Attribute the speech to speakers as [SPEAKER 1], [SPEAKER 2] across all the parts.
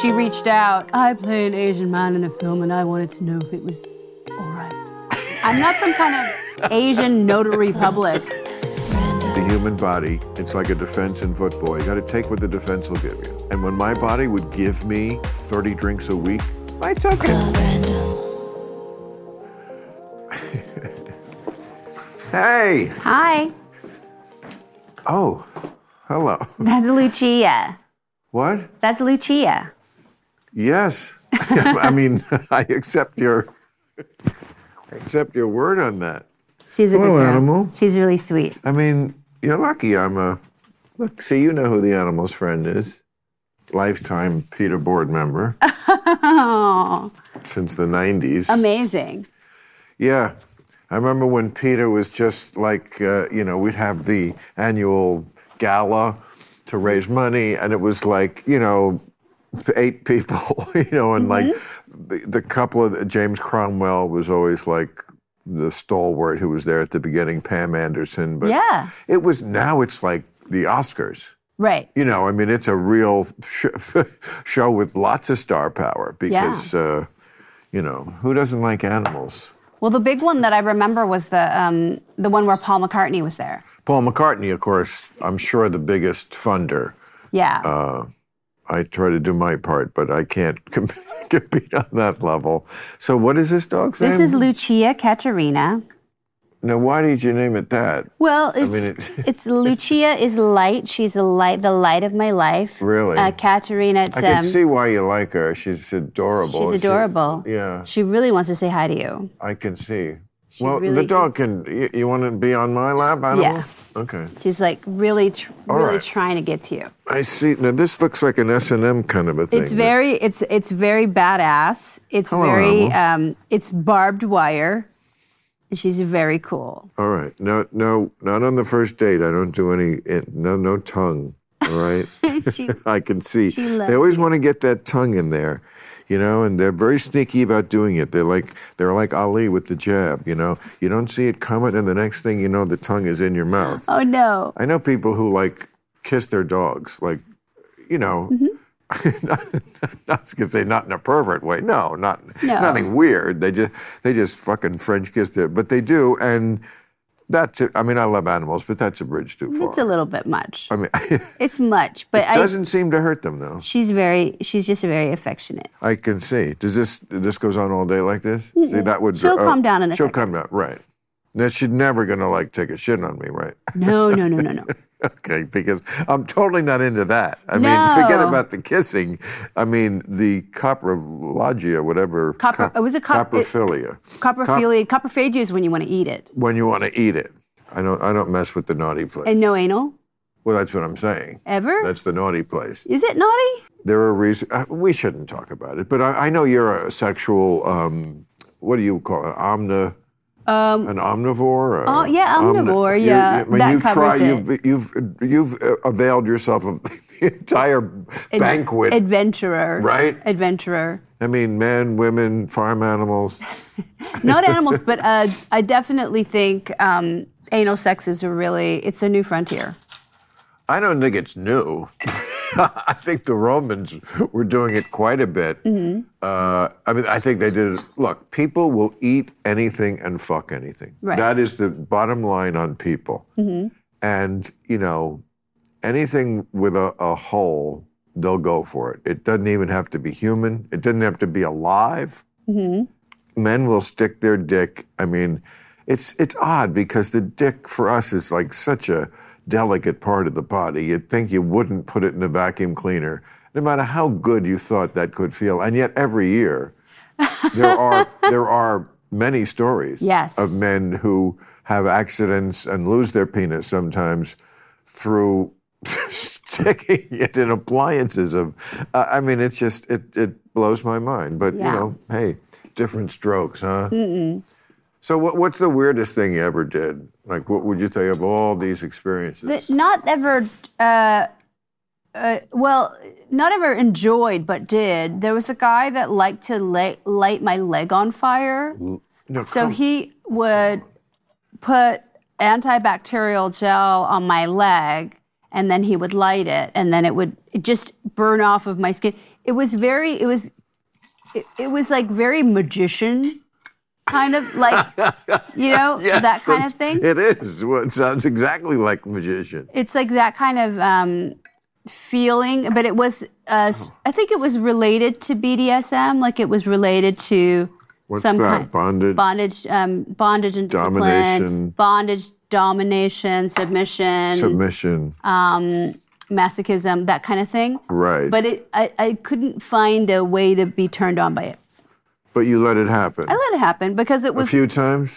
[SPEAKER 1] She reached out. I play an Asian man in a film, and I wanted to know if it was all right. I'm not some kind of Asian notary public.
[SPEAKER 2] The human body, it's like a defense in football. You got to take what the defense will give you. And when my body would give me 30 drinks a week, I took it. Hey!
[SPEAKER 3] Hi,
[SPEAKER 2] Oh, hello.
[SPEAKER 3] that's Lucia.
[SPEAKER 2] What?
[SPEAKER 3] That's Lucia.
[SPEAKER 2] Yes. I mean, I accept your I accept your word on that.
[SPEAKER 3] She's a
[SPEAKER 2] Hello,
[SPEAKER 3] good girl.
[SPEAKER 2] animal.
[SPEAKER 3] She's really sweet.
[SPEAKER 2] I mean, you're lucky I'm a look, see you know who the animal's friend is. Lifetime Peter board member
[SPEAKER 1] Oh,
[SPEAKER 2] since the nineties.
[SPEAKER 1] amazing.
[SPEAKER 2] Yeah. I remember when Peter was just like, uh, you know, we'd have the annual gala to raise money, and it was like, you know, eight people, you know, and like the, the couple of James Cromwell was always like the stalwart who was there at the beginning, Pam Anderson. But
[SPEAKER 3] Yeah.
[SPEAKER 2] it was now it's like the Oscars.
[SPEAKER 1] Right.
[SPEAKER 2] You know, I mean, it's a real sh- show with lots of star power because, uh, you know, who doesn't like animals?
[SPEAKER 1] Well, the big one that I remember was the um, the one where Paul McCartney was there.
[SPEAKER 2] Paul McCartney, of course, I'm sure the biggest funder.
[SPEAKER 1] Yeah.
[SPEAKER 2] Uh, I try to do my part, but I can't com- compete on that level. So, what is this dog's name?
[SPEAKER 3] This is Lucia Caterina.
[SPEAKER 2] now, why did you name it that?
[SPEAKER 3] Well, it's,
[SPEAKER 2] mean,
[SPEAKER 3] it's,
[SPEAKER 2] it's-
[SPEAKER 3] Lucia is light. She's a light, the light of my life.
[SPEAKER 2] Really?
[SPEAKER 3] Uh, Caterina, it's
[SPEAKER 2] I can
[SPEAKER 3] um,
[SPEAKER 2] see why you like her. She's adorable.
[SPEAKER 3] she's
[SPEAKER 2] Oh, She-
[SPEAKER 3] adorable.
[SPEAKER 2] yeah,
[SPEAKER 3] She really wants to say hi to you.
[SPEAKER 2] I can see. well, the
[SPEAKER 3] really
[SPEAKER 2] dog can. You, you want to be on my lap, animal?
[SPEAKER 1] Yeah.
[SPEAKER 2] Okay.
[SPEAKER 3] She's like really, tr-
[SPEAKER 1] really
[SPEAKER 2] right.
[SPEAKER 1] trying to get to you.
[SPEAKER 2] I see. Now, this looks like an S and M kind of a thing.
[SPEAKER 1] It's very it's it's very badass. It's
[SPEAKER 2] Hello,
[SPEAKER 1] very
[SPEAKER 2] Rebel.
[SPEAKER 1] um, it's barbed wire. And She's very cool.
[SPEAKER 2] All right. No, no, not on the first date. I don't do any. eh, No, no tongue. All right. I can see. They always want to get that tongue in there, you know, and they're very sneaky about doing it. They're like they're like Ali with the jab, you know. You don't see it coming, and the next thing you know, the tongue is in your mouth.
[SPEAKER 1] Oh no.
[SPEAKER 2] I know people who like kiss their dogs, like, you know.
[SPEAKER 1] Mm-hmm.
[SPEAKER 2] not, not, I was gonna say not in a pervert way. No, not
[SPEAKER 1] No.
[SPEAKER 2] nothing weird. They just they just fucking French kiss their, but they do, and that's it. I mean, I love animals, but that's a bridge too far.
[SPEAKER 1] It's a little bit much.
[SPEAKER 2] I mean, it
[SPEAKER 1] It's much, but I,
[SPEAKER 2] doesn't seem to hurt them though.
[SPEAKER 3] She's very, she's just very affectionate.
[SPEAKER 2] I can see. Does this this goes on all day like this? See, that would oh,
[SPEAKER 1] She'll calm down in a
[SPEAKER 2] She'll
[SPEAKER 1] second.
[SPEAKER 2] calm down, right? Now she's never gonna like take a shit on me, right?
[SPEAKER 1] no, no, no, no, no.
[SPEAKER 2] Okay, because I'm totally not into that. I
[SPEAKER 1] No.
[SPEAKER 2] mean, forget about the kissing. I mean, the coprologia, whatever.
[SPEAKER 1] Copper- it was a cop- it-
[SPEAKER 2] coprophilia.
[SPEAKER 1] Coprophilia, coprophagia is when you want to eat it,
[SPEAKER 2] when you want to eat it, I don't. I don't mess with the naughty place.
[SPEAKER 1] and no anal
[SPEAKER 2] well, that's what I'm saying.
[SPEAKER 1] ever.
[SPEAKER 2] That's the naughty place.
[SPEAKER 1] is it naughty?
[SPEAKER 2] There are reasons. Uh, we shouldn't talk about it, but I, I know you're a sexual. Um, what do you call it? Omni.
[SPEAKER 1] Um,
[SPEAKER 2] an omnivore.
[SPEAKER 1] Oh, yeah, omnivore,
[SPEAKER 2] you-
[SPEAKER 1] yeah,
[SPEAKER 2] I mean,
[SPEAKER 1] that
[SPEAKER 2] you've
[SPEAKER 1] covers
[SPEAKER 2] tried.
[SPEAKER 1] it.
[SPEAKER 2] You've you've you've uh, availed yourself of the entire banquet.
[SPEAKER 1] Adventurer.
[SPEAKER 2] Right?
[SPEAKER 1] Adventurer.
[SPEAKER 2] I mean, men, women, farm animals.
[SPEAKER 1] Not animals, but uh, I definitely think um, anal sex is a really, it's a new frontier.
[SPEAKER 2] I don't think it's new. I think the Romans were doing it quite a bit. Uh, I mean, I think they did it. Look, people will eat anything and fuck anything.
[SPEAKER 1] Right.
[SPEAKER 2] That is the bottom line on people. And, you know, anything with a, a hole, they'll go for it. It doesn't even have to be human, it doesn't have to be alive. Men will stick their dick. I mean, it's it's odd because the dick for us is like such a delicate part of the body. You'd think you wouldn't put it in a vacuum cleaner, no matter how good you thought that could feel. And yet, every year, there are there are many stories
[SPEAKER 1] Yes.
[SPEAKER 2] of men who have accidents and lose their penis sometimes through sticking it in appliances of uh, i mean it's just it, it blows my mind but
[SPEAKER 1] Yeah.
[SPEAKER 2] you know hey different strokes huh Mm-mm. so what, what's the weirdest thing you ever did like what would you say of all these experiences
[SPEAKER 1] But not ever, uh, uh, well, not ever enjoyed, but did. There was a guy that liked to lay, light my leg on fire.
[SPEAKER 2] No,
[SPEAKER 1] So
[SPEAKER 2] come-
[SPEAKER 1] he would put antibacterial gel on my leg and then he would light it and then it would just burn off of my skin. it was very it was it, it was like very magician kind of like you know that
[SPEAKER 2] Yes,
[SPEAKER 1] kind of
[SPEAKER 2] it's-
[SPEAKER 1] thing
[SPEAKER 2] It is. Well, it sounds exactly like magician.
[SPEAKER 1] it's like that kind of um, feeling but it was uh,
[SPEAKER 2] Uh-huh.
[SPEAKER 1] s- i think it was related to bdsm like it was related to
[SPEAKER 2] What's
[SPEAKER 1] some
[SPEAKER 2] that?
[SPEAKER 1] kind
[SPEAKER 2] Bonded.
[SPEAKER 1] bondage um, bondage and discipline,
[SPEAKER 2] Domination.
[SPEAKER 1] bondage domination submission um,
[SPEAKER 2] submission.
[SPEAKER 1] Uh, masochism that kind of thing
[SPEAKER 2] right.
[SPEAKER 1] but it I, I couldn't find a way to be turned on by it
[SPEAKER 2] But you let it happen.
[SPEAKER 1] i let it happen because it
[SPEAKER 2] a
[SPEAKER 1] was
[SPEAKER 2] few times?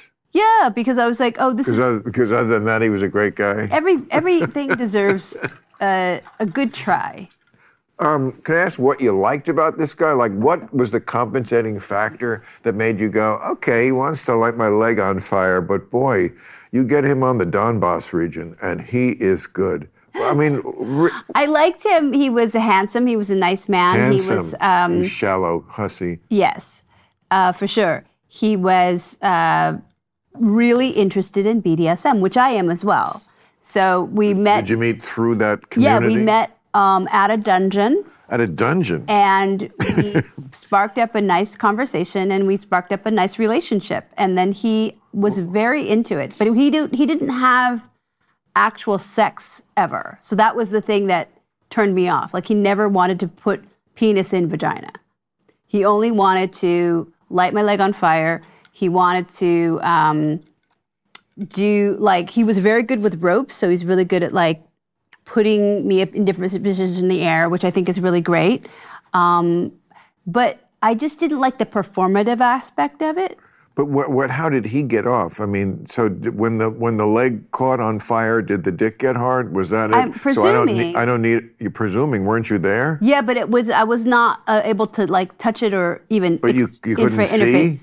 [SPEAKER 1] yeah because i was like oh this is
[SPEAKER 2] Because other, because other than that, he was a great guy.
[SPEAKER 1] every everything deserves uh, a good try
[SPEAKER 2] Um, can I ask what you liked about this guy? Like, what was the compensating factor that made you go, okay, he wants to light my leg on fire, but boy, you get him on the Donbass region and he is good. Well, I mean, re-
[SPEAKER 1] I liked him. He was handsome. He was a nice man.
[SPEAKER 2] handsome,
[SPEAKER 1] He was, um,
[SPEAKER 2] you shallow hussy.
[SPEAKER 1] yes, uh, for sure. He was uh, really interested in BDSM, which I am as well. So we
[SPEAKER 2] Did
[SPEAKER 1] met.
[SPEAKER 2] you meet through that
[SPEAKER 1] Yeah, we
[SPEAKER 2] community?
[SPEAKER 1] met um, at a dungeon,
[SPEAKER 2] at a dungeon.
[SPEAKER 1] and we sparked up a nice conversation, and we sparked up a nice relationship. And then he was very into it, but he didn't. He didn't have actual sex ever. So that was the thing that turned me off. Like he never wanted to put penis in vagina. He only wanted to light my leg on fire. He wanted to um, do like he was very good with ropes, so he's really good at like putting me up in different positions in the air, which I think is really great. Um, but I just didn't like the performative aspect of it.
[SPEAKER 2] But what, what? How did he get off? I mean, so d- when the when the leg caught on fire, did the dick get hard? Was that it?
[SPEAKER 1] I'm
[SPEAKER 2] So I don't.
[SPEAKER 1] presuming.
[SPEAKER 2] Need, I don't need. You're presuming, weren't you there?
[SPEAKER 1] Yeah, but it was I was not uh, able to like touch it or even.
[SPEAKER 2] But you you couldn't see.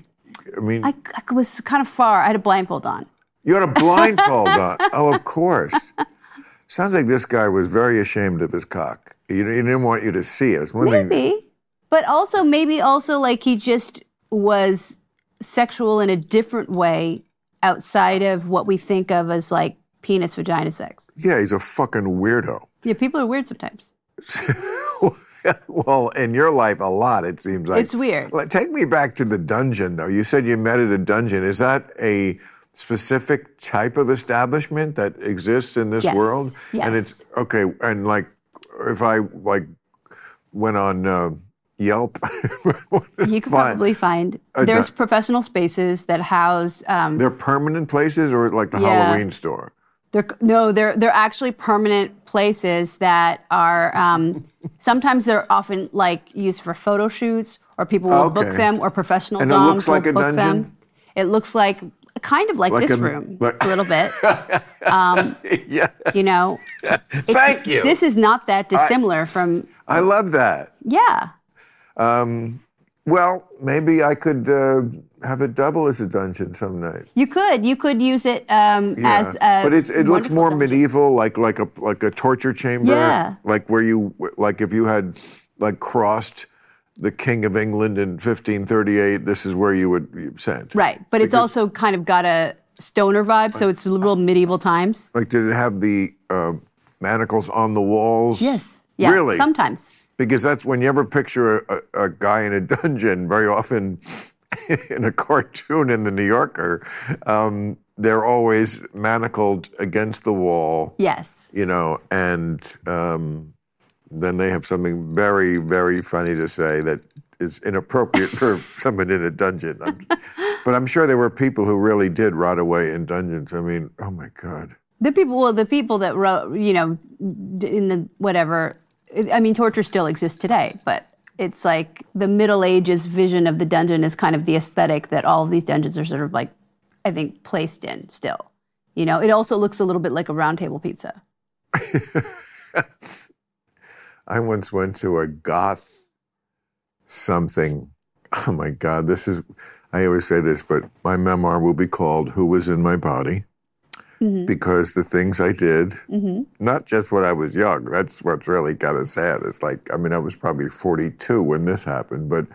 [SPEAKER 2] I mean,
[SPEAKER 1] I, I was kind of far. I had a blindfold on.
[SPEAKER 2] you had a blindfold on. Oh, of course. Sounds like this guy was very ashamed of his cock. He, he didn't want you to see it. It's one thing-
[SPEAKER 1] Maybe, but also maybe also like he just was sexual in a different way outside of what we think of as like penis vagina sex.
[SPEAKER 2] yeah, he's a fucking weirdo.
[SPEAKER 1] Yeah, people are weird sometimes.
[SPEAKER 2] well, in your life, a lot it seems like.
[SPEAKER 1] It's weird.
[SPEAKER 2] Like, Take me back to the dungeon, though. You said you met at a dungeon. Is that a specific type of establishment that exists in this
[SPEAKER 1] Yes.
[SPEAKER 2] world? And
[SPEAKER 1] Yes.
[SPEAKER 2] it's okay. And like, if I like went on uh, Yelp,
[SPEAKER 1] You could
[SPEAKER 2] Fine.
[SPEAKER 1] probably find there's professional spaces that house um,
[SPEAKER 2] they're permanent places or like the
[SPEAKER 1] Yeah.
[SPEAKER 2] Halloween store.
[SPEAKER 1] They're, no, they're they're actually permanent places that are um, sometimes they're often like used for photo shoots or people will book
[SPEAKER 2] Okay.
[SPEAKER 1] them or professional
[SPEAKER 2] And it
[SPEAKER 1] doms
[SPEAKER 2] looks like
[SPEAKER 1] will
[SPEAKER 2] a
[SPEAKER 1] book
[SPEAKER 2] dungeon?
[SPEAKER 1] them. It looks like kind of like,
[SPEAKER 2] Like
[SPEAKER 1] this
[SPEAKER 2] a-
[SPEAKER 1] room
[SPEAKER 2] like-
[SPEAKER 1] a little bit.
[SPEAKER 2] yeah.
[SPEAKER 1] You know, It's-
[SPEAKER 2] Thank you.
[SPEAKER 1] This is not that dissimilar from
[SPEAKER 2] I love that.
[SPEAKER 1] yeah.
[SPEAKER 2] Well, maybe I could uh, have it double as a dungeon some night.
[SPEAKER 1] You could you could use it um,
[SPEAKER 2] Yeah.
[SPEAKER 1] as a
[SPEAKER 2] but it's, it looks
[SPEAKER 1] wonderful
[SPEAKER 2] more
[SPEAKER 1] dungeon.
[SPEAKER 2] medieval, like like a like a torture chamber,
[SPEAKER 1] Yeah.
[SPEAKER 2] like where you like if you had like crossed the King of England in 1538, this is where you would be sent.
[SPEAKER 1] right, but it's also kind of got a stoner vibe, so it's real medieval times.
[SPEAKER 2] Like, did it have the uh, manacles on the walls?
[SPEAKER 1] Yes. Yeah.
[SPEAKER 2] Really?
[SPEAKER 1] Sometimes.
[SPEAKER 2] Because that's when you ever picture a, a guy in a dungeon, very often in a cartoon in The New Yorker, um, they're always manacled against the wall.
[SPEAKER 1] Yes.
[SPEAKER 2] you know, and um, then they have something very, very funny to say that is inappropriate for someone in a dungeon. I'm, but I'm sure there were people who really did rot away in dungeons. I mean, oh my God.
[SPEAKER 1] The people, well, the people that wrote, you know, d- in the whatever. I mean, torture still exists today, but it's like the Middle Ages vision of the dungeon is kind of the aesthetic that all of these dungeons are sort of like, I think, placed in still. You know, it also looks a little bit like a round table pizza.
[SPEAKER 2] I once went to a goth something. Oh my God, this is, I always say this, but my memoir will be called Who Was in My Body? Because the things I did, not just when I was young, that's what's really kind of sad. It's like, I mean, I was probably 42 when this happened, but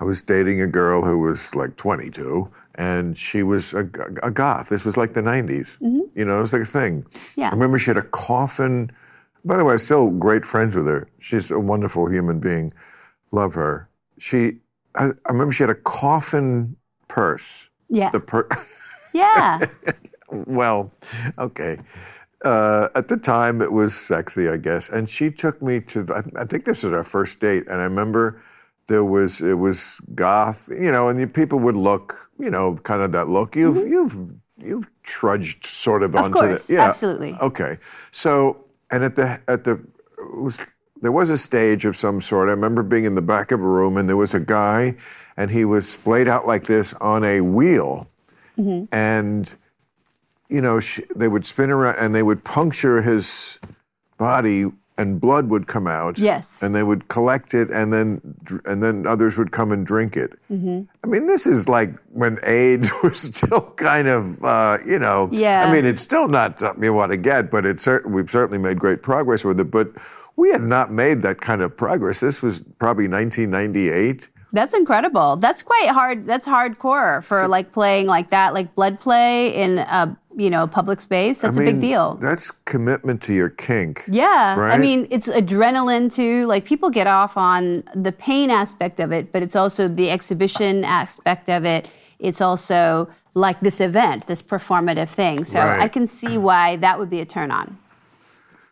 [SPEAKER 2] I was dating a girl who was like 22, and she was a, a goth. This was like the 90s. You know, it was like a thing.
[SPEAKER 1] Yeah.
[SPEAKER 2] I remember she had a coffin. By the way, I'm still great friends with her. She's a wonderful human being. love her. She, I, I remember she had a coffin purse.
[SPEAKER 1] Yeah.
[SPEAKER 2] The per,
[SPEAKER 1] yeah.
[SPEAKER 2] well, okay. Uh, at the time, it was sexy, I guess. And she took me to, the, I think this was our first date. And I remember there was, it was goth, you know, and the people would look, you know, kind of that look. You've, you've, you've trudged sort of,
[SPEAKER 1] Of
[SPEAKER 2] onto
[SPEAKER 1] course.
[SPEAKER 2] the, yeah.
[SPEAKER 1] Absolutely.
[SPEAKER 2] Okay. So, and at the at the it was there was a stage of some sort. I remember being in the back of a room and there was a guy and he was splayed out like this on a wheel.
[SPEAKER 1] Mm-hmm.
[SPEAKER 2] And you know, sh they would spin around and they would puncture his body and blood would come out.
[SPEAKER 1] Yes.
[SPEAKER 2] And they would collect it and then dr- and then others would come and drink it.
[SPEAKER 1] Mm-hmm.
[SPEAKER 2] I mean, this is like when AIDS was still kind of, uh, you know,
[SPEAKER 1] Yeah.
[SPEAKER 2] I mean, it's still not something you want to get, but it's cer- we've certainly made great progress with it. But we had not made that kind of progress. This was probably 1998.
[SPEAKER 1] That's incredible. That's quite hard. That's hardcore for like playing like that, like blood play in a you know public space. That's
[SPEAKER 2] I
[SPEAKER 1] a
[SPEAKER 2] mean,
[SPEAKER 1] big deal.
[SPEAKER 2] That's commitment to your kink.
[SPEAKER 1] Yeah. I
[SPEAKER 2] Right?
[SPEAKER 1] mean, it's adrenaline too. Like people get off on the pain aspect of it, but it's also the exhibition aspect of it. It's also like this event, this performative thing. So
[SPEAKER 2] Right.
[SPEAKER 1] I can see why that would be a turn on.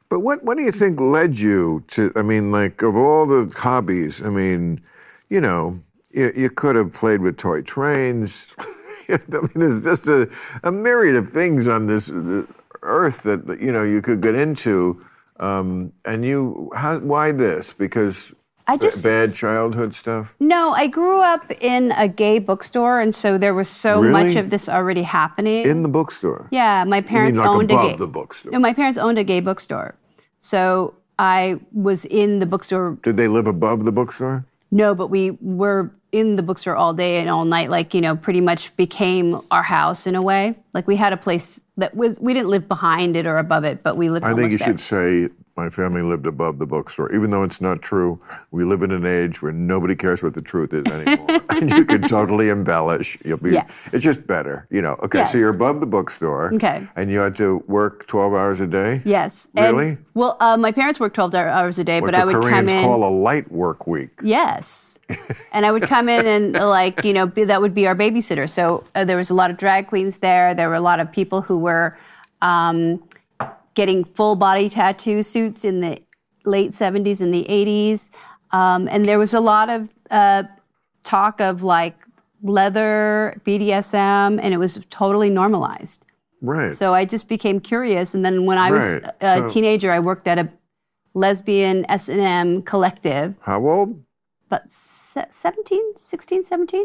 [SPEAKER 2] But what what do you think led you to? I mean, like of all the hobbies, I mean, you know, you, you could have played with toy trains. I mean, there's just a, a myriad of things on this uh, earth that you know you could get into. Um, and you, how, why this? Because
[SPEAKER 1] I just-
[SPEAKER 2] bad childhood stuff.
[SPEAKER 1] No, I grew up in a gay bookstore, and so there was so
[SPEAKER 2] Really?
[SPEAKER 1] much of this already happening.
[SPEAKER 2] in the bookstore.
[SPEAKER 1] Yeah, my parents
[SPEAKER 2] like
[SPEAKER 1] owned
[SPEAKER 2] above
[SPEAKER 1] a gay,
[SPEAKER 2] the bookstore?
[SPEAKER 1] No, my parents owned a gay bookstore, so I was in the bookstore.
[SPEAKER 2] Did they live above the bookstore?
[SPEAKER 1] No, but we were in the bookstore all day and all night. Like you know, pretty much became our house in a way. Like we had a place that was we didn't live behind it or above it, but we lived.
[SPEAKER 2] I think
[SPEAKER 1] almost
[SPEAKER 2] you
[SPEAKER 1] there.
[SPEAKER 2] should say my family lived above the bookstore, even though it's not true. We live in an age where nobody cares what the truth is anymore, and you can totally embellish. You'll be.
[SPEAKER 1] Yes.
[SPEAKER 2] It's just better, you know. Okay,
[SPEAKER 1] Yes.
[SPEAKER 2] so you're above the bookstore.
[SPEAKER 1] Okay.
[SPEAKER 2] And you had to work twelve hours a day.
[SPEAKER 1] Yes. and-
[SPEAKER 2] Really?
[SPEAKER 1] well, uh, my parents worked twelve hours a day,
[SPEAKER 2] What
[SPEAKER 1] but I
[SPEAKER 2] the
[SPEAKER 1] would
[SPEAKER 2] Koreans
[SPEAKER 1] come in.
[SPEAKER 2] call a light work week.
[SPEAKER 1] Yes. And I would come in and like you know be, that would be our babysitter. So uh, there was a lot of drag queens there. There were a lot of people who were um, getting full body tattoo suits in the late seventies and the eighties, um, and there was a lot of uh, talk of like leather BDSM, and it was totally normalized.
[SPEAKER 2] Right.
[SPEAKER 1] So I just became curious, and then when I was
[SPEAKER 2] Right.
[SPEAKER 1] a
[SPEAKER 2] So-
[SPEAKER 1] teenager, I worked at a lesbian S and M collective
[SPEAKER 2] How old?
[SPEAKER 1] about se- 17, 16, 17.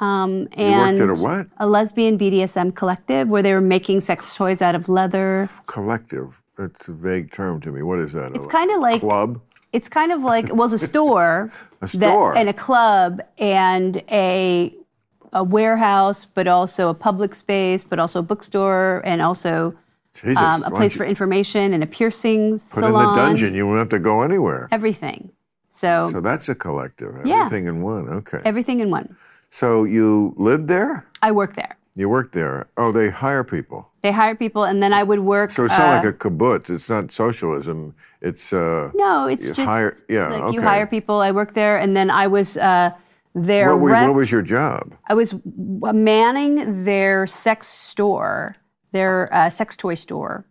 [SPEAKER 1] Um,
[SPEAKER 2] You
[SPEAKER 1] and
[SPEAKER 2] worked at a what?
[SPEAKER 1] a lesbian BDSM collective where they were making sex toys out of leather.
[SPEAKER 2] Collective. That's a vague term to me. What is that?
[SPEAKER 1] It's kinda like-
[SPEAKER 2] club.
[SPEAKER 1] It's kind of like it was a store,
[SPEAKER 2] A
[SPEAKER 1] that-
[SPEAKER 2] store.
[SPEAKER 1] and a club and a a warehouse, but also a public space, but also a bookstore, and also
[SPEAKER 2] Jesus.
[SPEAKER 1] um,
[SPEAKER 2] why
[SPEAKER 1] a
[SPEAKER 2] don't
[SPEAKER 1] place
[SPEAKER 2] you
[SPEAKER 1] for information and a piercing
[SPEAKER 2] Put
[SPEAKER 1] salon.
[SPEAKER 2] in the dungeon. You won't have to go anywhere.
[SPEAKER 1] Everything. So,
[SPEAKER 2] So that's a collective.
[SPEAKER 1] Yeah.
[SPEAKER 2] Everything in one. Okay.
[SPEAKER 1] everything in one.
[SPEAKER 2] So you lived there?
[SPEAKER 1] I worked there.
[SPEAKER 2] You worked there? Oh, they hire people.
[SPEAKER 1] They hired people, and then I would work.
[SPEAKER 2] So it's not
[SPEAKER 1] uh,
[SPEAKER 2] like a kibbutz. It's not socialism. It's uh,
[SPEAKER 1] No, it's
[SPEAKER 2] you
[SPEAKER 1] just
[SPEAKER 2] hire. Yeah.
[SPEAKER 1] like
[SPEAKER 2] okay.
[SPEAKER 1] you hire people. I worked there, and then I was uh, their
[SPEAKER 2] What, were,
[SPEAKER 1] rep.
[SPEAKER 2] what was your job?
[SPEAKER 1] I was w- manning their sex store, their uh, sex toy store,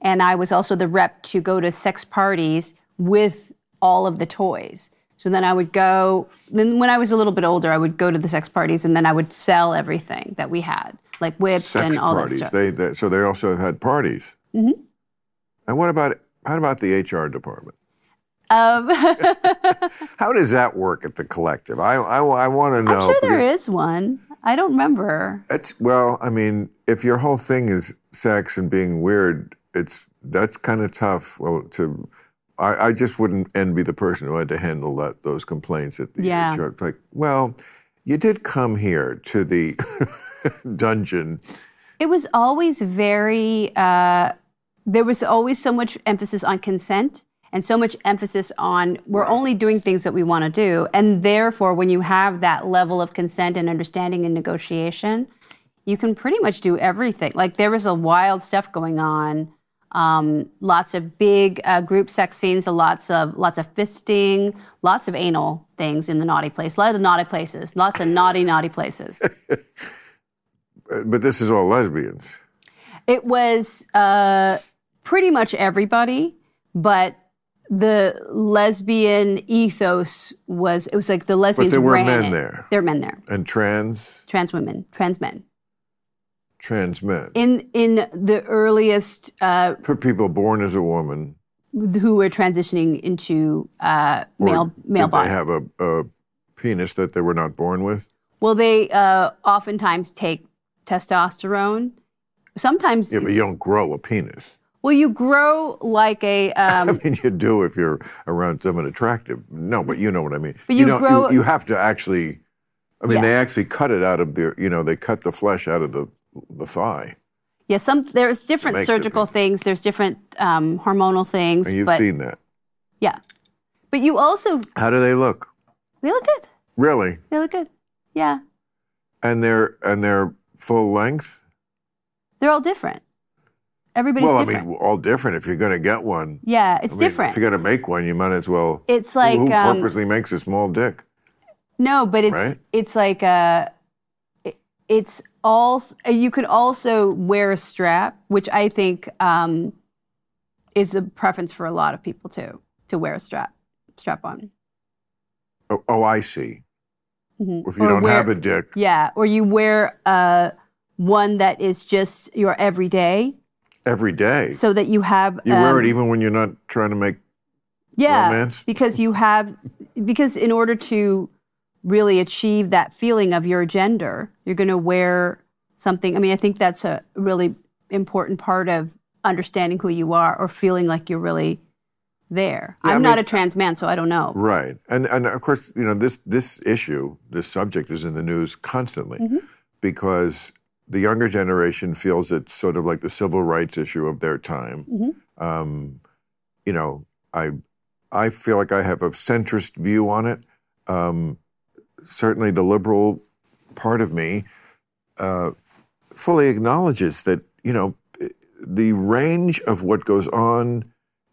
[SPEAKER 1] and I was also the rep to go to sex parties with all of the toys. So then I would go. Then when I was a little bit older, I would go to the sex parties, and then I would sell everything that we had, like whips
[SPEAKER 2] Sex
[SPEAKER 1] and all that
[SPEAKER 2] parties.
[SPEAKER 1] stuff.
[SPEAKER 2] They, they so they also had parties. Mm-hmm. And what about how about the HR department?
[SPEAKER 1] um,
[SPEAKER 2] How does that work at the collective? I I, I want to know.
[SPEAKER 1] I'm sure there
[SPEAKER 2] because-
[SPEAKER 1] is one. I don't remember.
[SPEAKER 2] It's well, I mean, if your whole thing is sex and being weird, it's that's kind of tough. Well, to I, I just wouldn't envy the person who had to handle that those complaints at the
[SPEAKER 1] Yeah.
[SPEAKER 2] HR. It's Like, well, you did come here to the dungeon.
[SPEAKER 1] It was always very, uh, there was always so much emphasis on consent and so much emphasis on we're only doing things that we want to do. And therefore, when you have that level of consent and understanding and negotiation, you can pretty much do everything. Like there was a wild stuff going on Um, lots of big uh, group sex scenes, so lots of lots of fisting, lots of anal things in the naughty place. A lot of naughty places, lots of naughty naughty places.
[SPEAKER 2] Uh, But this is all lesbians.
[SPEAKER 1] It was uh, pretty much everybody, but the lesbian ethos was it was like the lesbians
[SPEAKER 2] there were
[SPEAKER 1] ran
[SPEAKER 2] men
[SPEAKER 1] it.
[SPEAKER 2] there.
[SPEAKER 1] There were men there,
[SPEAKER 2] And trans,
[SPEAKER 1] trans women, trans men.
[SPEAKER 2] trans men.
[SPEAKER 1] In in the earliest uh,
[SPEAKER 2] For people born as a woman,
[SPEAKER 1] who were transitioning into uh,
[SPEAKER 2] or
[SPEAKER 1] male male
[SPEAKER 2] did
[SPEAKER 1] bodies.
[SPEAKER 2] they have a, a penis that they were not born with?
[SPEAKER 1] well, they uh, oftentimes take testosterone. Sometimes,
[SPEAKER 2] Yeah, but you don't grow a penis.
[SPEAKER 1] well, you grow like a um,
[SPEAKER 2] I mean, you do if you're around someone attractive. No, but you know what I mean.
[SPEAKER 1] But you
[SPEAKER 2] don't-
[SPEAKER 1] grow-
[SPEAKER 2] you, you have to actually. I mean, they actually cut it out of the. You know, they cut the flesh out of the the thigh.
[SPEAKER 1] yeah. Some there's different
[SPEAKER 2] make
[SPEAKER 1] surgical
[SPEAKER 2] different.
[SPEAKER 1] things. There's different um, hormonal things.
[SPEAKER 2] And you've
[SPEAKER 1] but,
[SPEAKER 2] seen that.
[SPEAKER 1] Yeah. But you also,
[SPEAKER 2] How do they look?
[SPEAKER 1] they look good.
[SPEAKER 2] Really?
[SPEAKER 1] They look good. Yeah.
[SPEAKER 2] And they're and they're full length.
[SPEAKER 1] They're all different. Everybody's
[SPEAKER 2] well,
[SPEAKER 1] different.
[SPEAKER 2] I mean, all different. If you're going to get one,
[SPEAKER 1] yeah, it's
[SPEAKER 2] I mean,
[SPEAKER 1] different.
[SPEAKER 2] If you're going to make one, you might as well.
[SPEAKER 1] it's like,
[SPEAKER 2] who who
[SPEAKER 1] um,
[SPEAKER 2] purposely makes a small dick?
[SPEAKER 1] no, but it's,
[SPEAKER 2] Right?
[SPEAKER 1] it's like, uh, it- it's all, you could also wear a strap, which I think um, is a preference for a lot of people too, to wear a strap, strap on.
[SPEAKER 2] Oh, oh I see. If you
[SPEAKER 1] Mm-hmm. Or
[SPEAKER 2] don't
[SPEAKER 1] where-
[SPEAKER 2] have a dick,
[SPEAKER 1] Yeah. Or you wear uh, one that is just your everyday
[SPEAKER 2] every day
[SPEAKER 1] so that you have.
[SPEAKER 2] you
[SPEAKER 1] um,
[SPEAKER 2] wear it even when you're not trying to make.
[SPEAKER 1] yeah,
[SPEAKER 2] romance?
[SPEAKER 1] Because you have, because in order to really achieve that feeling of your gender, you're going to wear something. I mean, I think that's a really important part of understanding who you are or feeling like you're really there.
[SPEAKER 2] Yeah, I
[SPEAKER 1] I'm not a
[SPEAKER 2] mean-
[SPEAKER 1] trans man, so I don't know.
[SPEAKER 2] Right, and and of course, you know this this issue, this subject is in the news constantly because the younger generation feels it's sort of like the civil rights issue of their time. Um, you know, I I feel like I have a centrist view on it. Um, certainly, the liberal part of me uh, fully acknowledges that you know the range of what goes on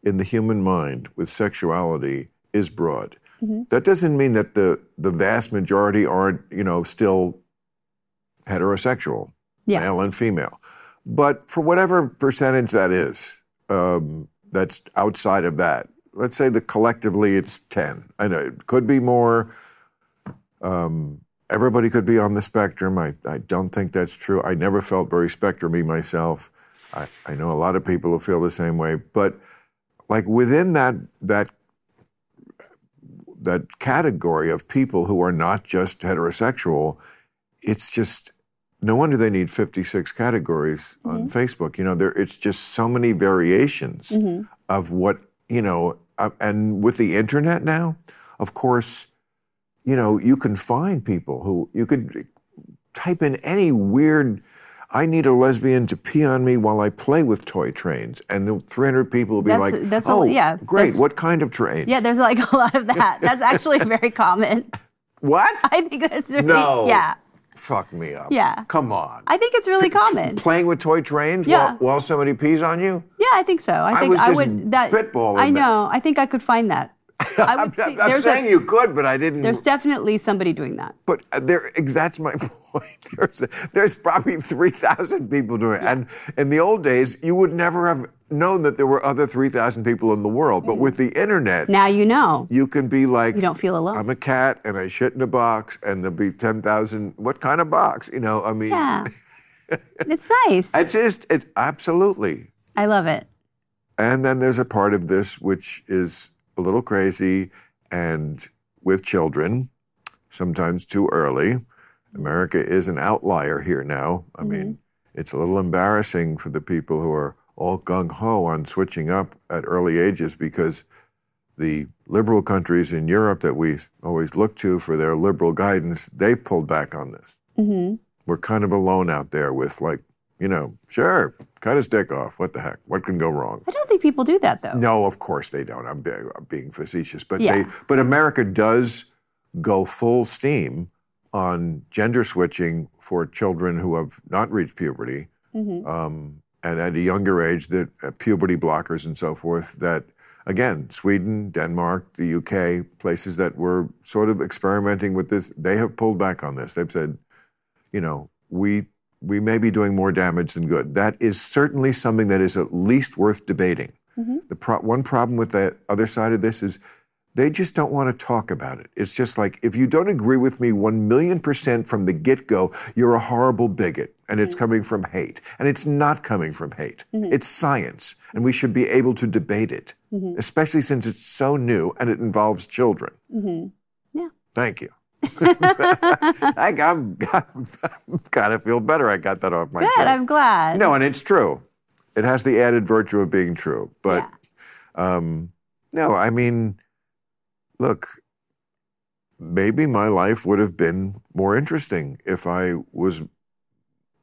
[SPEAKER 2] in the human mind with sexuality is broad. That doesn't mean that the, the vast majority aren't, you know, still heterosexual,
[SPEAKER 1] Yeah.
[SPEAKER 2] male and female. But for whatever percentage that is, um, that's outside of that, let's say that collectively it's 10. I know it could be more. Um, everybody could be on the spectrum. I, I don't think that's true. I never felt very spectrumy myself. I, I know a lot of people who feel the same way, but like within that that that category of people who are not just heterosexual, it's just no wonder they need 56 categories on
[SPEAKER 1] Mm-hmm.
[SPEAKER 2] Facebook. You know, there it's just so many variations
[SPEAKER 1] Mm-hmm.
[SPEAKER 2] of what you know, uh, and with the internet now, of course, you know you can find people who you could type in any weird. I need a lesbian to pee on me while I play with toy trains, and the 300 people will be
[SPEAKER 1] That's-
[SPEAKER 2] like,
[SPEAKER 1] that's a-
[SPEAKER 2] "Oh,
[SPEAKER 1] yeah,
[SPEAKER 2] great!
[SPEAKER 1] that's-
[SPEAKER 2] What kind of train?
[SPEAKER 1] Yeah, there's like a lot of that. That's actually very common.
[SPEAKER 2] What?
[SPEAKER 1] I think that's really,
[SPEAKER 2] No.
[SPEAKER 1] yeah.
[SPEAKER 2] Fuck me up.
[SPEAKER 1] Yeah.
[SPEAKER 2] Come on.
[SPEAKER 1] I think it's really common.
[SPEAKER 2] Playing with toy trains
[SPEAKER 1] Yeah.
[SPEAKER 2] while, while somebody pees on you?
[SPEAKER 1] Yeah, I think so. I think
[SPEAKER 2] was
[SPEAKER 1] I
[SPEAKER 2] just
[SPEAKER 1] would that
[SPEAKER 2] spitballing
[SPEAKER 1] I
[SPEAKER 2] that.
[SPEAKER 1] know. I think I could find that. I
[SPEAKER 2] I'm,
[SPEAKER 1] would see,
[SPEAKER 2] I'm- I'm
[SPEAKER 1] there's a-
[SPEAKER 2] saying you could, but I didn't.
[SPEAKER 1] There's definitely somebody doing that.
[SPEAKER 2] But there, ex- that's my point. There's, there's probably 3,000 people doing it. And in the old days, you would never have known that there were other 3,000 people in the world. But with the internet,
[SPEAKER 1] Now you know.
[SPEAKER 2] you can be like,
[SPEAKER 1] Mm-hmm. You don't feel alone.
[SPEAKER 2] I'm a cat and I shit in a box, and there'll be 10,000. What kind of box? You know, I mean,
[SPEAKER 1] yeah. it's nice. I,
[SPEAKER 2] it's just, it's absolutely.
[SPEAKER 1] love it.
[SPEAKER 2] And then there's a part of this which is a little crazy and with children, sometimes too early. America is an outlier here now. I mean, it's a little embarrassing for the people who are all gung ho on switching up at early ages because the liberal countries in Europe that we always look to for their liberal guidance, they pulled back on this.
[SPEAKER 1] hmm
[SPEAKER 2] We're kind of alone out there with, like, you know, sure, cut his dick off. What the heck? What can go wrong?
[SPEAKER 1] I don't think people do that though.
[SPEAKER 2] No, of course they don't. I'm being, I'm being facetious, but
[SPEAKER 1] Yeah.
[SPEAKER 2] they but America does go full steam on gender switching for children who have not reached puberty,
[SPEAKER 1] Mhm.
[SPEAKER 2] um, and at a younger age that uh, puberty blockers and so forth that again sweden denmark the uk places that were sort of experimenting with this they have pulled back on this they've said you know we we may be doing more damage than good that is certainly something that is at least worth debating the pro- one problem with the other side of this is they just don't want to talk about it. It's just like, if you don't agree with me 1 million percent from the get go, you're a horrible bigot. And it's coming from hate. And it's not coming from hate. It's science. And we should be able to debate it, especially since it's so new and it involves children.
[SPEAKER 1] Mm-hmm. Yeah.
[SPEAKER 2] Thank you. I, I'm, I'm, kind of feel better. I got that off my
[SPEAKER 1] Good.
[SPEAKER 2] chest.
[SPEAKER 1] I'm glad.
[SPEAKER 2] No, and it's true. It has the added virtue of being true. But um, no, I mean, look, maybe my life would have been more interesting if I was